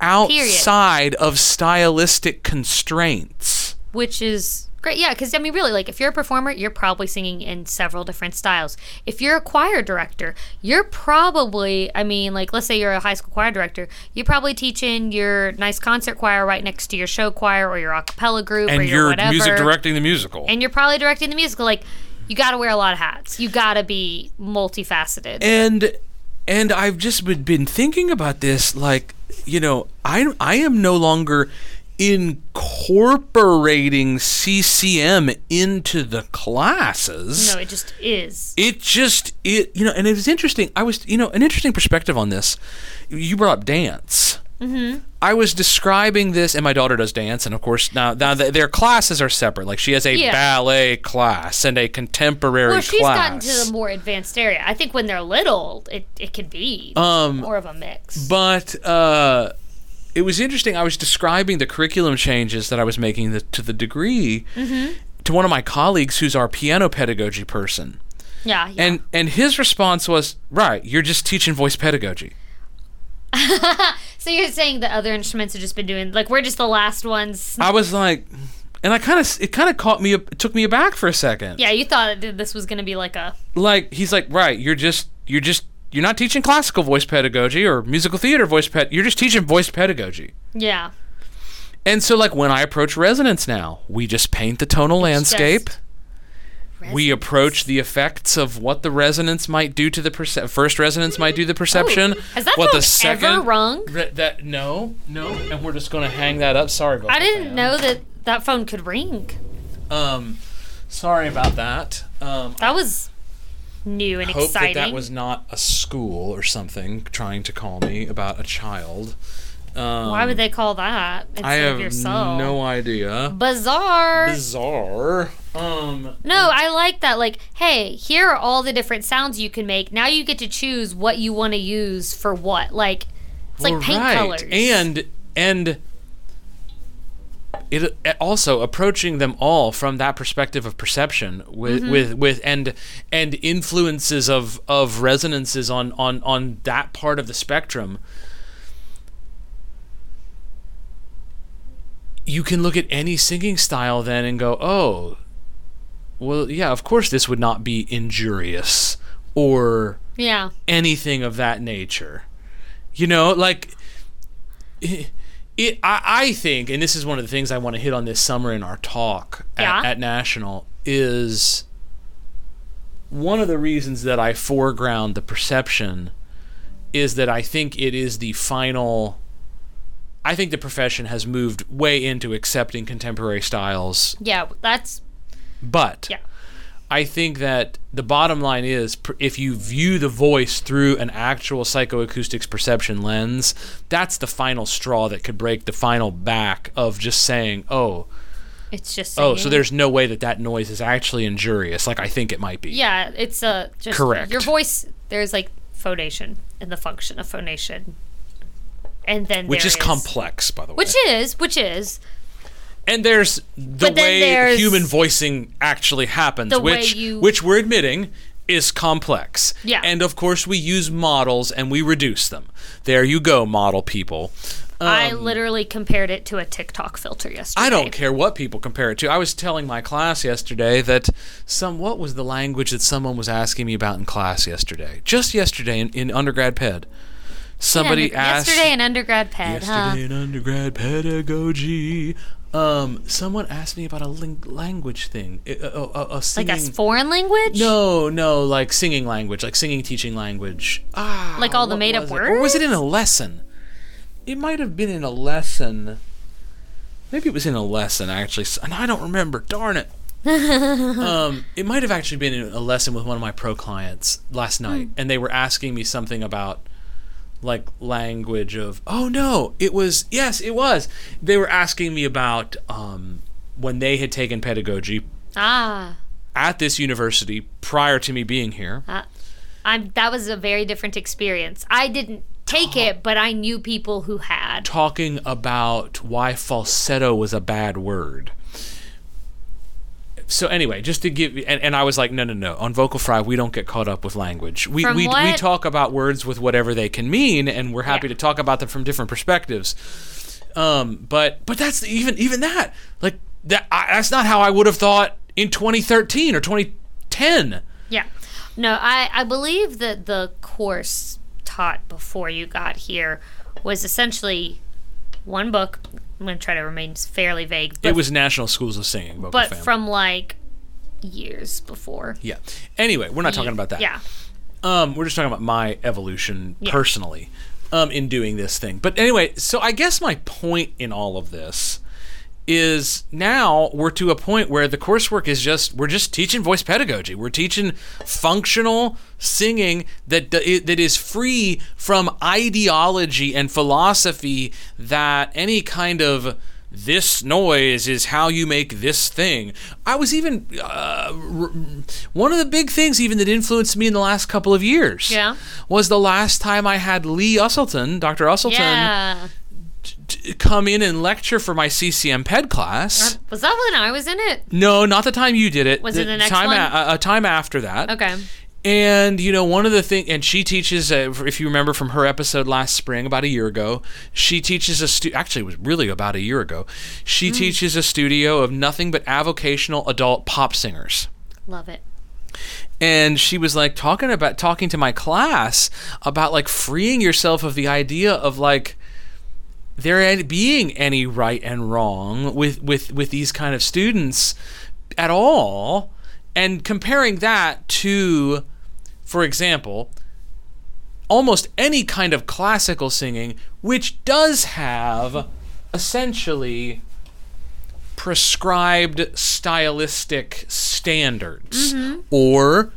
S2: outside of stylistic constraints.
S1: which is great. Yeah, because I mean, really, like if you're a performer, you're probably singing in several different styles. If you're a choir director, you're probably, I mean, like let's say you're a high school choir director, you're probably teaching your nice concert choir right next to your show choir or your a cappella group or
S6: and
S1: your
S6: you're
S1: whatever.
S6: music directing the musical.
S1: and you're probably directing the musical. Like, you got to wear a lot of hats. You got to be multifaceted.
S2: and and I've just been, been thinking about this like you know I I am no longer incorporating CCM into the classes
S1: no, it just is.
S2: it just it you know and it was interesting i was you know an interesting perspective on this you brought up dance
S1: Mm-hmm.
S2: I was describing this, and my daughter does dance, and of course now, now th- their classes are separate. Like she has a
S1: Yeah.
S2: ballet class and a contemporary
S1: Well, she's
S2: class.
S1: gotten to the more advanced area. I think when they're little, it, it could be
S2: Um,
S1: more of a mix.
S2: But uh, it was interesting. I was describing the curriculum changes that I was making the, to the degree
S1: Mm-hmm.
S2: to one of my colleagues who's our piano pedagogy person.
S1: Yeah, yeah.
S2: And, and his response was, right, you're just teaching voice pedagogy.
S1: so you're saying the other instruments have just been doing like we're just the last ones.
S2: I was like, and and I kind of it kind of caught me it took me aback for a second.
S1: Yeah, you thought that this was going to be like a
S2: Like he's like, right, you're just you're just you're not teaching classical voice pedagogy or musical theater voice ped. You're just teaching voice pedagogy.
S1: yeah.
S2: And so like when I approach resonance now, we just paint the tonal landscape.
S1: just
S2: we approach the effects of what the resonance might do to the perce- first resonance might do the perception.
S1: Mm-hmm. Oh, Has that
S2: what
S1: phone ever rung?
S2: Re- that no, no, and we're just gonna hang that up. Sorry about
S1: I
S2: that,
S1: didn't
S2: Diane.
S1: know that that phone could ring.
S2: Um, sorry about that. Um,
S1: That was new and
S2: hope
S1: exciting.
S2: that that was not a school or something trying to call me about a child. Um,
S1: Why would they call that instead
S2: I have
S1: of your soul?
S2: no idea.
S1: Bizarre.
S2: Bizarre. Um,
S1: no, I like that. Like, hey, here are all the different sounds you can make. Now you get to choose what you want to use for what. Like, it's like paint
S2: right.
S1: colors.
S2: and and it uh, also approaching them all from that perspective of perception with
S1: Mm-hmm.
S2: with with and and influences of of resonances on on on that part of the spectrum you can look at any singing style then and go oh well yeah of course this would not be injurious or
S1: yeah,
S2: anything of that nature. You know, like it, it- I, I think, and this is one of the things I want to hit on this summer in our talk at,
S1: Yeah.
S2: at National is one of the reasons that I foreground the perception is that I think it is the final. I think the profession has moved way into accepting contemporary styles,
S1: yeah. That's
S2: but
S1: yeah.
S2: I think that the bottom line is pr- if you view the voice through an actual psychoacoustics perception lens, that's the final straw that could break the final back of just saying, oh,
S1: It's just.
S2: oh, so
S1: singing.
S2: there's no way that that noise is actually injurious, like I think it might be.
S1: Yeah, it's a just
S2: Correct.
S1: Your voice. There's like phonation and the function of phonation, and then
S2: Which
S1: there
S2: is complex, by the way.
S1: Which is which is
S2: and there's the
S1: But then
S2: way
S1: there's-
S2: human voicing actually happens,
S1: The way
S2: which
S1: you-
S2: which we're admitting is complex.
S1: Yeah.
S2: And of course, we use models and we reduce them. There you go, model people.
S1: I literally compared it to a TikTok filter yesterday.
S2: Um, I don't care what people compare it to. I was telling my class yesterday that some what was the language that someone was asking me about in class yesterday? Just yesterday in, in undergrad ped. Somebody
S1: Under-
S2: asked
S1: yesterday in undergrad ped, huh?
S2: yesterday in undergrad pedagogy. Um, someone asked me about a ling- language thing, a, a, a, a
S1: Like
S2: singing.
S1: a foreign language?
S2: Mm. no, no, like singing language, like singing teaching language. Ah,
S1: Like all the
S2: what
S1: made up
S2: was it?
S1: words?
S2: Or was it in a lesson? It might have been in a lesson. Maybe it was in a lesson actually, s- and I don't remember. Darn it. um, it might have actually been in a lesson with one of my pro clients last
S1: Hmm.
S2: night, and they were asking me something about like language of oh no it was yes it was they were asking me about um, when they had taken pedagogy
S1: Ah.
S2: at this university prior to me being here
S1: Ah. I'm that was a very different experience. I didn't take it, but I knew people who had.
S2: talking about why falsetto was a bad word. So anyway, just to give and, and I was like, no, no, no. On Vocal Fry, we don't get caught up with language. We
S1: From
S2: we, we
S1: what-
S2: talk about words with whatever they can mean, and we're happy
S1: Yeah.
S2: to talk about them from different perspectives. Um, but but that's even even that like that I, that's not how I would have thought in 2013 or 2010.
S1: Yeah. No, I, I believe that the course taught before you got here was essentially one book. I'm gonna try to remain fairly vague, but
S2: it was National Schools of Singing, Vocal
S1: but
S2: Fam.
S1: from like years before.
S2: yeah. Anyway, we're not talking about that.
S1: Yeah.
S2: Um, we're just talking about my evolution personally um, in doing this thing. But anyway, so I guess my point in all of this is now we're to a point where the coursework is just we're just teaching voice pedagogy. We're teaching functional singing that d- that is free from ideology and philosophy that any kind of this noise is how you make this thing. I was even uh, r- one of the big things even that influenced me in the last couple of years.
S1: Yeah.
S2: was the last time I had Lee Usselton, Dr. Usselton,
S1: Yeah.
S2: t- come in and lecture for my CCM Ped class.
S1: Was that when I was in it?
S2: Mm. No, not the time you did it.
S1: Uh-huh. Was it the next
S2: time
S1: one?
S2: A, a time after that.
S1: Okay.
S2: And you know, one of the thing, and she teaches. Uh, if you remember from her episode last spring, about a year ago, she teaches a stu. Actually, it was really about a year ago.
S1: Mm.
S2: She teaches a studio of nothing but avocational adult pop singers
S1: Love it.
S2: and she was like talking about talking to my class about like freeing yourself of the idea of like there ain't being any right and wrong with with with these kind of students at all and comparing that to for example almost any kind of classical singing which does have essentially prescribed stylistic standards
S1: Mm-hmm.
S2: or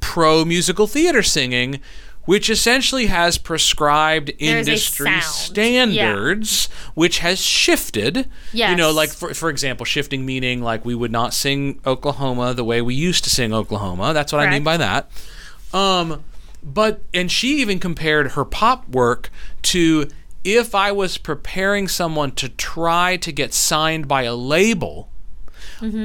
S2: pro musical theater singing which essentially has prescribed
S1: There's a
S2: industry
S1: sound.
S2: standards which has shifted you know
S1: Yes.
S2: like for, for example shifting meaning like we would not sing oklahoma the way we used to sing oklahoma that's what i
S1: Correct.
S2: mean by that um, but and she even compared her pop work to if I was preparing someone to try to get signed by a label.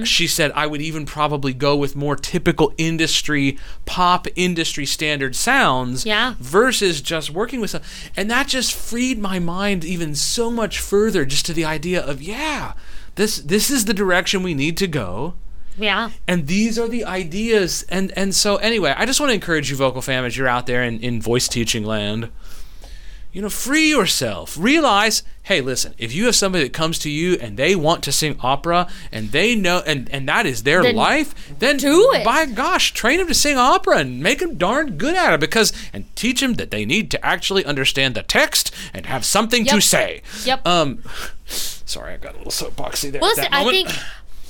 S2: She said I would even probably go with more typical industry pop industry standard sounds
S1: Yeah.
S2: versus just working with some and that just freed my mind even so much further just to the idea of yeah this this is the direction we need to go
S1: Yeah.
S2: and these are the ideas and and so anyway i just want to encourage you vocal fam as you're out there in, in voice teaching land you know free yourself realize hey listen if you have somebody that comes to you and they want to sing opera and they know and and that is their
S1: Then
S2: life then
S1: do it.
S2: by gosh train them to sing opera and make them darn good at it because and teach them that they need to actually understand the text and have something to
S1: Yep.
S2: say
S1: Yep.
S2: um sorry i got a little soapboxy there
S1: Well,
S2: at
S1: listen,
S2: that
S1: I
S2: moment.
S1: think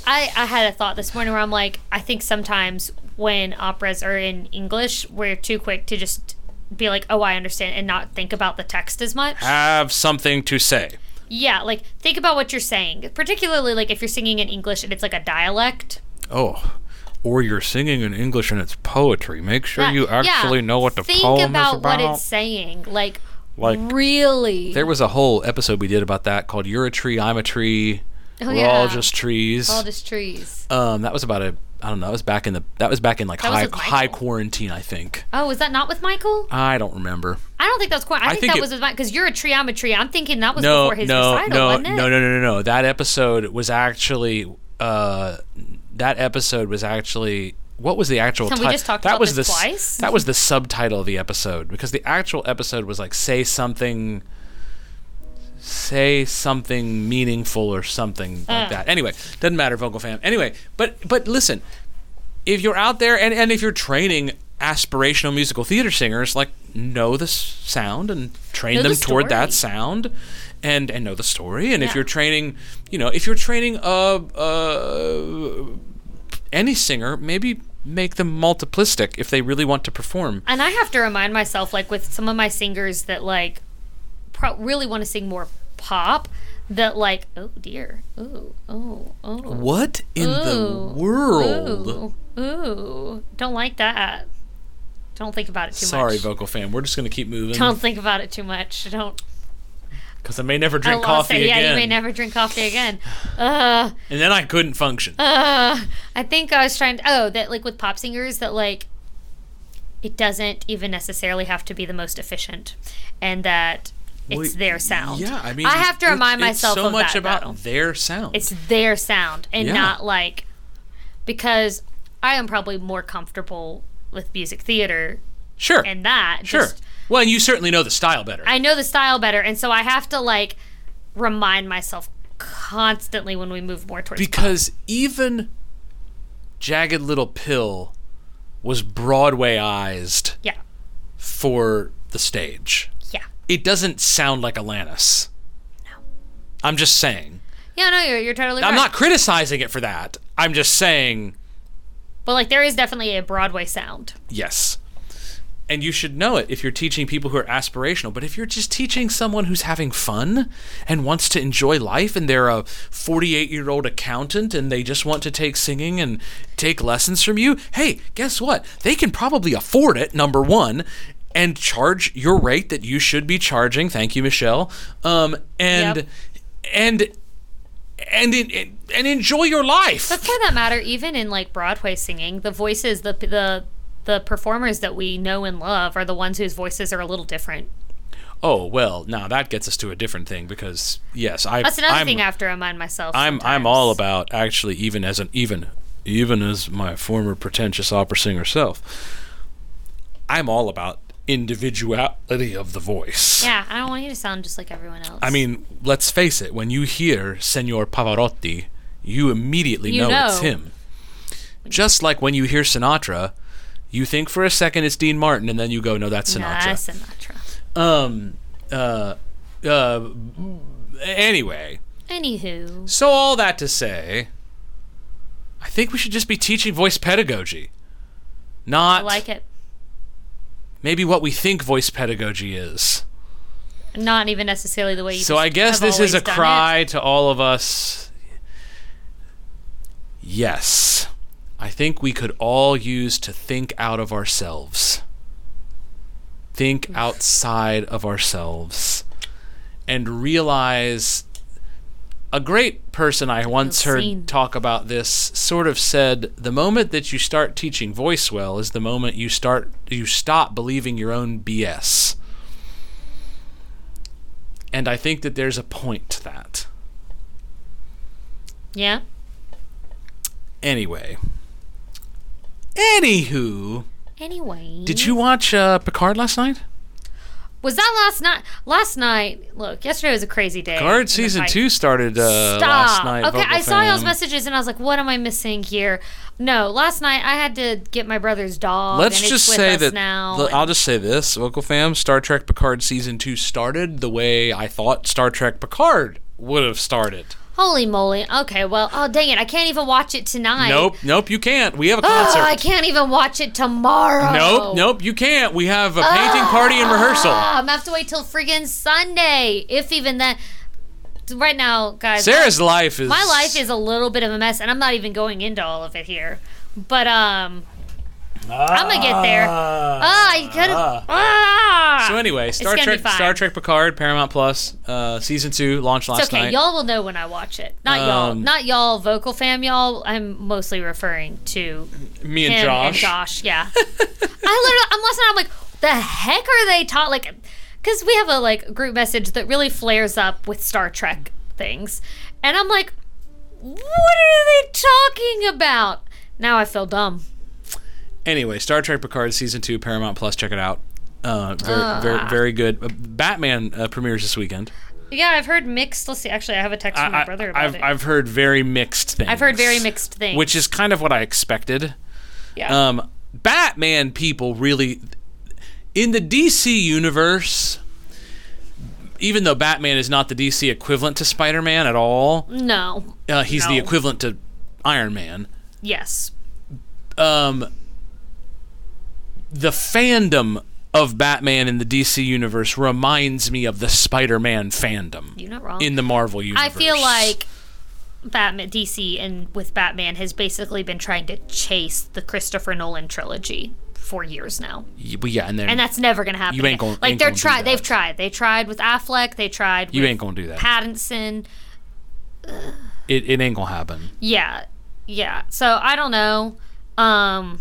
S1: I, I had a thought this morning where I'm like, I think sometimes when operas are in English, we're too quick to just be like, oh, I understand, and not think about the text as much.
S2: have something to say
S1: Yeah, like think about what you're saying, particularly like if you're singing in English and it's like a dialect.
S2: Oh, or you're singing in English and it's poetry. Make sure
S1: Yeah,
S2: you actually
S1: yeah.
S2: know what the
S1: think
S2: poem
S1: about
S2: is about.
S1: what it's saying. Like,
S2: Like-
S1: really,
S2: there was a whole episode we did about that called "You're a Tree, I'm a Tree." We're all
S1: Oh, yeah.
S2: just trees.
S1: all just trees.
S2: um, that was about a. I don't know. That was back in the. That was back in like
S1: was
S2: high
S1: with
S2: high
S1: Michael.
S2: quarantine. I think.
S1: Oh, was that not with Michael?
S2: I don't remember.
S1: I don't think that was quite. I, think,
S2: think
S1: that
S2: it-
S1: was with Michael because you're a tree, I'm a tree. I'm thinking that was
S2: No,
S1: before his
S2: no,
S1: recital,
S2: no,
S1: wasn't
S2: no,
S1: it?
S2: no, no, no, no. That episode was actually. Uh, that episode was actually. What was the actual?
S1: Can we
S2: ti-
S1: just talk
S2: that
S1: about
S2: was
S1: this
S2: the s-
S1: twice?
S2: That was the subtitle of the episode because the actual episode was like say something. Say something meaningful or something
S1: Uh.
S2: like that. Anyway, doesn't matter, vocal fam. Anyway, but but listen, if you're out there and, and if you're training aspirational musical theater singers, like know the s- sound and train
S1: Know the
S2: them toward that
S1: story.
S2: sound and and know the story. And if
S1: Yeah.
S2: you're training, you know, if you're training a, uh any singer, maybe make them multiplistic if they really want to perform.
S1: And I have to remind myself, like with some of my singers that like pro- really want to sing more pop, that like, oh dear, ooh, oh, oh,
S2: What in
S1: Ooh.
S2: the world?
S1: ooh, ooh, don't like that. Don't think about it too
S2: Sorry,
S1: much.
S2: vocal fam. We're just gonna keep moving
S1: Don't think about it too much. Don't.
S2: because I may never
S1: I
S2: drink
S1: lost
S2: coffee
S1: it.
S2: again,
S1: Yeah, you may never drink coffee again. Uh,
S2: and then I couldn't function.
S1: Uh, I think I was trying to. Oh, that like with pop singers, that like it doesn't even necessarily have to be the most efficient, and that it's
S2: Well,
S1: their sound.
S2: Yeah, I mean,
S1: I have to
S2: it-
S1: remind
S2: it's
S1: myself
S2: so
S1: of
S2: much
S1: that,
S2: about
S1: though.
S2: their sound.
S1: It's their sound and
S2: Yeah.
S1: not like because I am probably more comfortable with music theater
S2: sure,
S1: and that.
S2: sure.
S1: Just,
S2: well, you certainly know the style better.
S1: I know the style better, and so I have to like remind myself constantly when we move more towards.
S2: because even Jagged Little Pill was Broadwayized
S1: yeah,
S2: for the stage.
S1: yeah,
S2: It doesn't sound like Alanis. No. I'm just saying.
S1: yeah. No, you're, you're totally.
S2: I'm
S1: right.
S2: not criticizing it for that. I'm just saying
S1: But like there is definitely a Broadway sound.
S2: yes. And you should know it if you're teaching people who are aspirational. But if you're just teaching someone who's having fun and wants to enjoy life and they're a 48 year old accountant and they just want to take singing and take lessons from you, hey, guess what? They can probably afford it, number one, and charge your rate that you should be charging. Thank you, Michelle. Um, and,
S1: Yep.
S2: and, and, and, and enjoy your life.
S1: But for that matter, even in like Broadway singing, the voices, the the the performers that we know and love are the ones whose voices are a little different.
S2: Oh well, now that gets us to a different thing because yes, I.
S1: That's another
S2: I'm,
S1: thing I have to remind myself.
S2: I'm I'm
S1: sometimes.
S2: all about actually even as an even even as my former pretentious opera singer self. I'm all about individuality of the voice.
S1: Yeah, I don't want you to sound just like everyone else.
S2: I mean, let's face it. When you hear Senor Pavarotti, you immediately
S1: You
S2: know, it's
S1: know.
S2: him. Just like when you hear Sinatra, you think for a second it's Dean Martin, and then you go, "No, that's
S1: Nah,
S2: Sinatra."
S1: Sinatra.
S2: Um. Uh. Uh. Anyway,
S1: Anywho,
S2: so all that to say, I think we should just be teaching voice pedagogy,
S1: I
S2: not
S1: like it.
S2: maybe what we think voice pedagogy is.
S1: Not even necessarily the way you.
S2: So
S1: just
S2: I guess
S1: have
S2: this is
S1: always
S2: a
S1: done it.
S2: cry to all of us. Yes. I think we could all use to think out of ourselves. Think outside of ourselves and realize a great person I once heard
S1: seen.
S2: talk about this sort of said the moment that you start teaching voice well is the moment you start you stop believing your own BS. And I think that there's a point to that.
S1: Yeah.
S2: Anyway. Anywho,
S1: Anyway,
S2: did you watch uh, Picard last night?
S1: Was that last night? Last night. Look, yesterday was a crazy day.
S2: Picard
S1: If
S2: season
S1: I-
S2: two started uh,
S1: Stop.
S2: last night.
S1: Okay,
S2: Vocal
S1: I saw y'all's
S2: fam.
S1: messages and I was like, "What am I missing here?" No, last night I had to get my brother's dog.
S2: Let's
S1: and it's
S2: just
S1: with
S2: say
S1: us
S2: that.
S1: now.
S2: l-
S1: and-
S2: I'll just say this, local fam. Star Trek Picard season two started the way I thought Star Trek Picard would have started.
S1: Holy moly! Okay, well, oh dang it, I can't even watch it tonight.
S2: Nope, nope, you can't. We have a
S1: Oh, I
S2: concert.
S1: can't even watch it tomorrow.
S2: nope, nope, you can't. We have a painting party and rehearsal.
S1: Ah, I'm gonna have to wait till friggin' Sunday, if even then. Right now, guys,
S2: Sarah's life is
S1: my life is a little bit of a mess, and I'm not even going into all of it here. But um, I'm gonna get there. Ah, I could have. Ah.
S2: So anyway, Star
S1: gonna be
S2: Trek,
S1: fine.
S2: Star Trek Picard, Paramount Plus, uh, season two launched last
S1: It's okay,
S2: night.
S1: y'all will know when I watch it. Not y'all,
S2: Um,
S1: not y'all, vocal fam, y'all. I'm mostly referring to
S2: Me
S1: him
S2: and
S1: and
S2: Josh.
S1: Josh. Yeah, I literally, I'm listening. I'm like, the heck are they taught? Like, because we have a like group message that really flares up with Star Trek things, and I'm like, what are they talking about? Now I feel dumb.
S2: Anyway, Star Trek Picard season two, Paramount Plus. Check it out. Uh, very,
S1: Ah.
S2: very, very good. Uh, Batman uh, premieres this weekend.
S1: Yeah, I've heard mixed. Let's see. Actually, I have a text from my
S2: I,
S1: brother about
S2: have
S1: it.
S2: I've heard very mixed things.
S1: I've heard very mixed things.
S2: which is kind of what I expected.
S1: yeah.
S2: Um, Batman people really in the DC universe. Even though Batman is not the DC equivalent to Spider-Man at all,
S1: no.
S2: uh, he's the
S1: No.
S2: equivalent to Iron Man.
S1: Yes.
S2: um, the fandom of Batman in the DC universe reminds me of the Spider-Man fandom
S1: You're not wrong.
S2: in the Marvel universe.
S1: I feel like Batman DC and with Batman has basically been trying to chase the Christopher Nolan trilogy for years now.
S2: Y- but yeah, and, then
S1: And that's never gonna happen.
S2: You ain't
S1: again.
S2: gon-
S1: like
S2: ain't
S1: they're
S2: gonna do
S1: try
S2: that.
S1: they've tried. They tried with Affleck, they tried
S2: you
S1: with
S2: ain't gonna do that.
S1: Pattinson.
S2: it, it ain't gonna happen.
S1: Yeah. Yeah. So I don't know. Um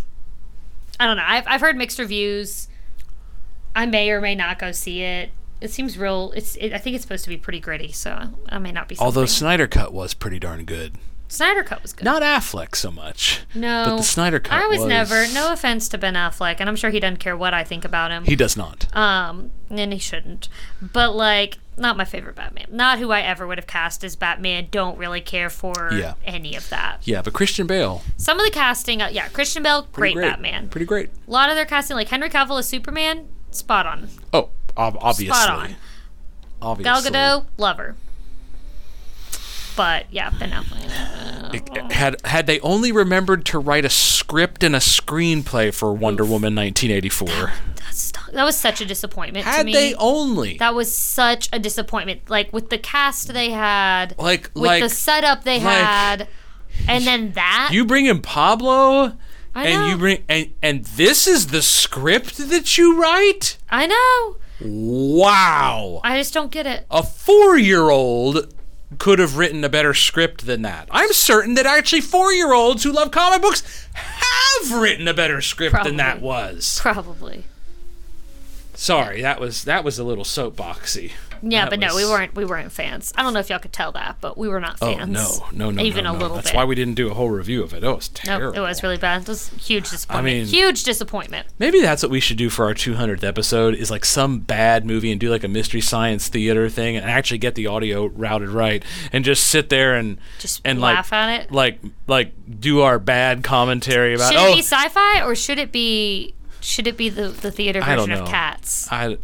S1: I don't know. I've I've heard mixed reviews. I may or may not go see it. It seems real. It's. It, I think it's supposed to be pretty gritty, so I may not be. Something.
S2: Although Snyder Cut was pretty darn good.
S1: Snyder Cut was good.
S2: Not Affleck so much.
S1: No,
S2: but the Snyder Cut.
S1: I was, never. No offense to Ben Affleck, and I'm sure he doesn't care what I think about him.
S2: He does not.
S1: um, and he shouldn't. But like, not my favorite Batman. Not who I ever would have cast as Batman. Don't really care for
S2: Yeah.
S1: any of that.
S2: yeah, but Christian Bale,
S1: Some of the casting, uh, yeah, Christian Bale,
S2: pretty
S1: great, Batman.
S2: pretty great.
S1: A lot of their casting, like Henry Cavill as Superman, spot on.
S2: Oh, ob- obviously,
S1: Spot on. Gal
S2: obviously.
S1: Gadot, lover. But yeah, Ben Affleck.
S2: had had they only remembered to write a script and a screenplay for Wonder Woman 1984.
S1: That's, that was such a disappointment to
S2: Had
S1: me.
S2: they only
S1: That was such a disappointment. Like with the cast they had,
S2: like
S1: with
S2: like
S1: the setup they
S2: like-
S1: had, and then that.
S2: you bring in Pablo
S1: I know.
S2: and you bring and and this is the script that you write?
S1: I know.
S2: Wow.
S1: I just don't get it.
S2: A 4-year-old could have written a better script than that. I'm certain that actually 4-year-olds who love comic books have have written a better script than that
S1: Probably.
S2: was.
S1: Probably.
S2: Sorry, that was that was a little soapboxy. Oh,
S1: Yeah,
S2: That
S1: but no, we
S2: was-
S1: weren't we weren't fans. I don't know if y'all could tell that, but we were not
S2: Oh
S1: fans.
S2: no, no, no,
S1: even
S2: no,
S1: a
S2: no.
S1: little
S2: That's
S1: bit.
S2: why we didn't do a whole review of it. Oh, it's
S1: no,
S2: terrible.
S1: it was really bad. It was huge disappointment.
S2: mean-
S1: huge disappointment.
S2: Maybe that's what we should do for our 200th episode is like some bad movie and do like a mystery science theater thing and actually get the audio routed right and just sit there and
S1: Just
S2: and
S1: laugh
S2: like,
S1: at it?
S2: Like like do our bad commentary about
S1: Should
S2: oh
S1: it be sci-fi or should it be should it be the, the theater
S2: I don't
S1: version of
S2: know.
S1: Cats?
S2: I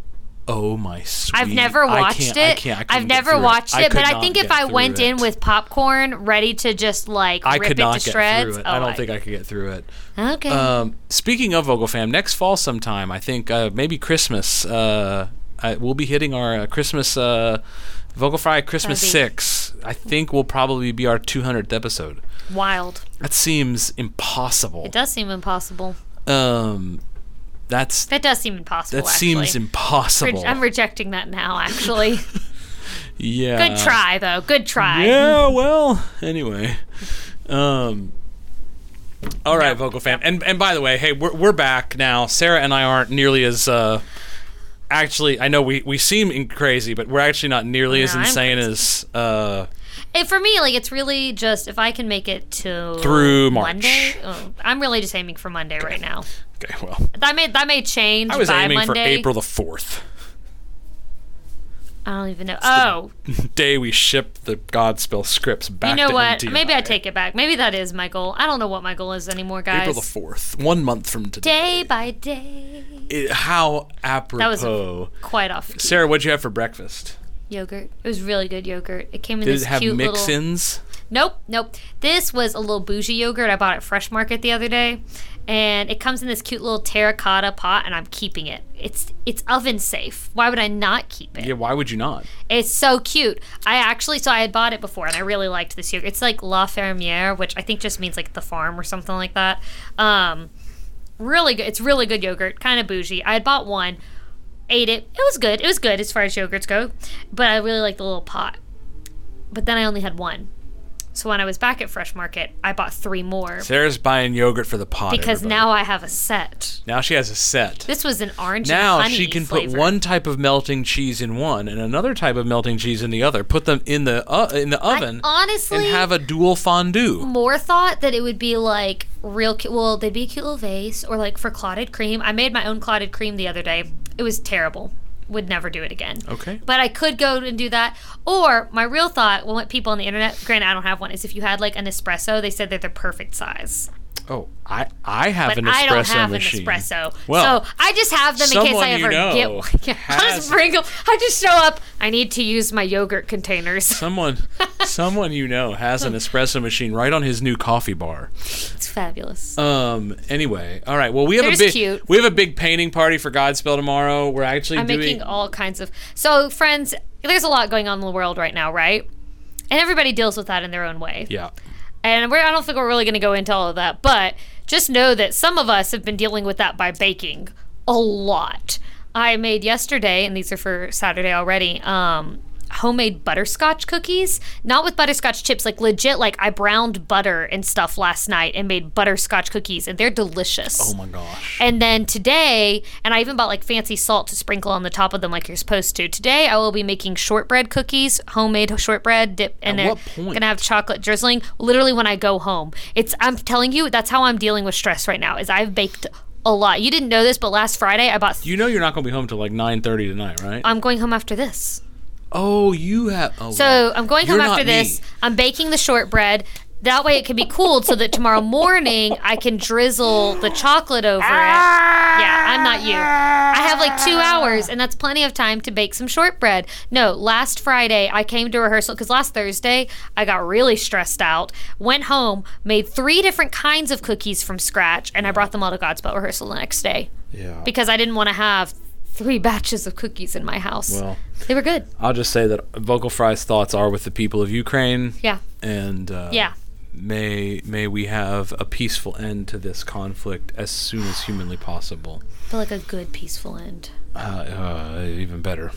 S2: oh my sweet.
S1: I've never
S2: I
S1: watched
S2: can't- I
S1: it.
S2: can't- I
S1: have
S2: couldn't get
S1: never
S2: through
S1: watched it,
S2: could
S1: but I
S2: not
S1: think if
S2: get
S1: I
S2: through
S1: went in
S2: it.
S1: with popcorn ready to just like
S2: I
S1: rip
S2: could
S1: it
S2: not
S1: to
S2: get
S1: shreds,
S2: through it. I
S1: oh,
S2: don't think I could get through it.
S1: okay.
S2: Um, speaking of Vogelfam, next fall sometime, I think uh, maybe Christmas. Uh, I, we'll be hitting our uh, Christmas uh, Vogelfry Christmas
S1: That'd be-
S2: six. I think will probably be our 200th episode.
S1: Wild.
S2: That seems impossible.
S1: It does seem impossible.
S2: Um, that's
S1: That
S2: that
S1: does seem impossible.
S2: seems
S1: actually.
S2: impossible.
S1: Re- I'm rejecting that now. Actually,
S2: yeah.
S1: good try though. Good try.
S2: Uh, Yeah, well, anyway. Um All right, Vocal Fam. And and by the way, hey, we're we're back now. Sarah and I aren't nearly as uh actually I know we we seem in- crazy, but we're actually not nearly as
S1: No, I'm
S2: insane as uh
S1: And for me, like it's really just if I can make it to
S2: Through March.
S1: Monday. oh, I'm really just aiming for Monday right now.
S2: Okay, well.
S1: That may that may change
S2: I was
S1: by
S2: aiming for
S1: Monday.
S2: April the 4th.
S1: I don't even know. Oh,
S2: Day we ship the Godspell scripts back
S1: you know
S2: to
S1: what?
S2: NTI.
S1: Maybe I take it back. Maybe that is my goal. I don't know what my goal is anymore, guys.
S2: April the 4th, 1 month from today.
S1: Day by day.
S2: It- how
S1: That was
S2: apropos.
S1: quite off. key.
S2: Sarah, what'd you have for breakfast?
S1: Yogurt. It was really good yogurt. It came in
S2: Did
S1: this
S2: it have
S1: cute little.
S2: mix-ins?
S1: Nope, nope. This was a little bougie yogurt I bought at Fresh Market the other day, and it comes in this cute little terracotta pot, and I'm keeping it. It's it's oven safe. Why would I not keep it?
S2: Yeah, why would you not?
S1: It's so cute. I actually so I had bought it before, and I really liked this yogurt. It's like La Fermière, which I think just means like the farm or something like that. Um, really good. It's really good yogurt. Kind of bougie. I had bought one, ate it. It was good. It was good as far as yogurts go, but I really liked the little pot. But then I only had one. So when I was back at Fresh Market, I bought three more
S2: Sarah's buying yogurt for the pot
S1: because
S2: everybody.
S1: now I have a set.
S2: now she has a set.
S1: This was an orange. and
S2: Now
S1: honey
S2: she can
S1: flavor.
S2: put one type of melting cheese in one and another type of melting cheese in the other. Put them in the uh, in the oven
S1: honestly-
S2: and have a dual fondue.
S1: more thought that it would be like real cute. Well, they'd be a cute little vase or like for clotted cream. I made my own clotted cream the other day. It was terrible. Would never do it again.
S2: Okay.
S1: But I could go and do that. Or my real thought, well, what people on the internet, granted, I don't have one, is if you had like an espresso, they said they're the perfect size.
S2: Oh, I I have
S1: But
S2: an espresso
S1: I don't have
S2: machine.
S1: an espresso.
S2: Well,
S1: so I just have them in case
S2: someone
S1: I
S2: you
S1: ever
S2: know
S1: get one. Yeah, I
S2: has-
S1: just bring 'em- I just show up. I need to use my yogurt containers.
S2: Someone someone you know has an espresso machine right on his new coffee bar.
S1: it's fabulous.
S2: Um. Anyway, all right. Well, we have
S1: They're
S2: a
S1: just
S2: big
S1: cute.
S2: we have a big painting party for Godspell tomorrow. We're actually
S1: I'm
S2: doing
S1: making all kinds of. So, friends, there's a lot going on in the world right now, right? And everybody deals with that in their own way.
S2: yeah.
S1: And we're, I don't think we're really going to go into all of that, but just know that some of us have been dealing with that by baking a lot. I made yesterday, and these are for Saturday already, um, homemade butterscotch cookies. Not with butterscotch chips, like legit, like I browned butter and stuff last night and made butterscotch cookies, and they're delicious.
S2: Oh my gosh.
S1: And then today, and I even bought like fancy salt to sprinkle on the top of them like you're supposed to. Today, I will be making shortbread cookies, homemade shortbread dip, and
S2: At
S1: they're
S2: what point?
S1: gonna have chocolate drizzling. Literally, when I go home, it's. I'm telling you, that's how I'm dealing with stress right now. Is I've baked a lot. You didn't know this, but last Friday, I bought.
S2: You know you're not going to be home till like 9:30 tonight, right?
S1: I'm going home after this.
S2: Oh, you have. Oh,
S1: So I'm going home
S2: You're
S1: after
S2: not me.
S1: this. I'm baking the shortbread. That way it can be cooled so that tomorrow morning I can drizzle the chocolate over it. Yeah, I'm not you. I have like two hours, and that's plenty of time to bake some shortbread. No, last Friday I came to rehearsal because last Thursday I got really stressed out. Went home, made three different kinds of cookies from scratch, and I brought them all to Godspell rehearsal the next day
S2: yeah.
S1: because I didn't want to have three batches of cookies in my house.
S2: Well.
S1: they were good.
S2: I'll just say that Vocal Fry's thoughts are with the people of Ukraine.
S1: Yeah.
S2: And uh,
S1: Yeah.
S2: May may we have a peaceful end to this conflict as soon as humanly possible.
S1: But like a good peaceful end.
S2: Uh, uh, even better.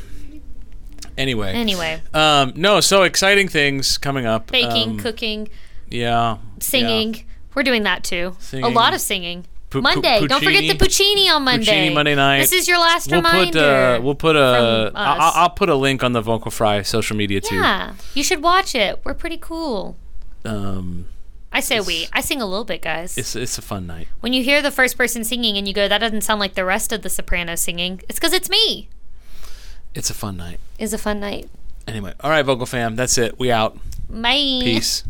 S2: Anyway.
S1: Anyway,
S2: Um, no, so exciting things coming up.
S1: baking,
S2: Um,
S1: cooking,
S2: yeah. yeah.
S1: singing. We're doing that too. A
S2: Singing.
S1: lot of singing.
S2: Pu- pu-
S1: Monday. Don't forget the Puccini on Monday.
S2: Puccini Monday night.
S1: This is your last
S2: We'll
S1: reminder.
S2: put uh, we'll put a
S1: from
S2: I-
S1: us.
S2: I- I'll put a link on the Vocal Fry social media too.
S1: yeah, you should watch it. We're pretty cool.
S2: Um,
S1: I say we. I sing a little bit, guys.
S2: it's it's a fun night.
S1: When you hear the first person singing and you go, that doesn't sound like the rest of the Sopranos singing, it's because it's me.
S2: It's a fun night.
S1: Is a fun night.
S2: Anyway, all right, Vocal Fam, that's it. We out.
S1: Bye.
S2: Peace.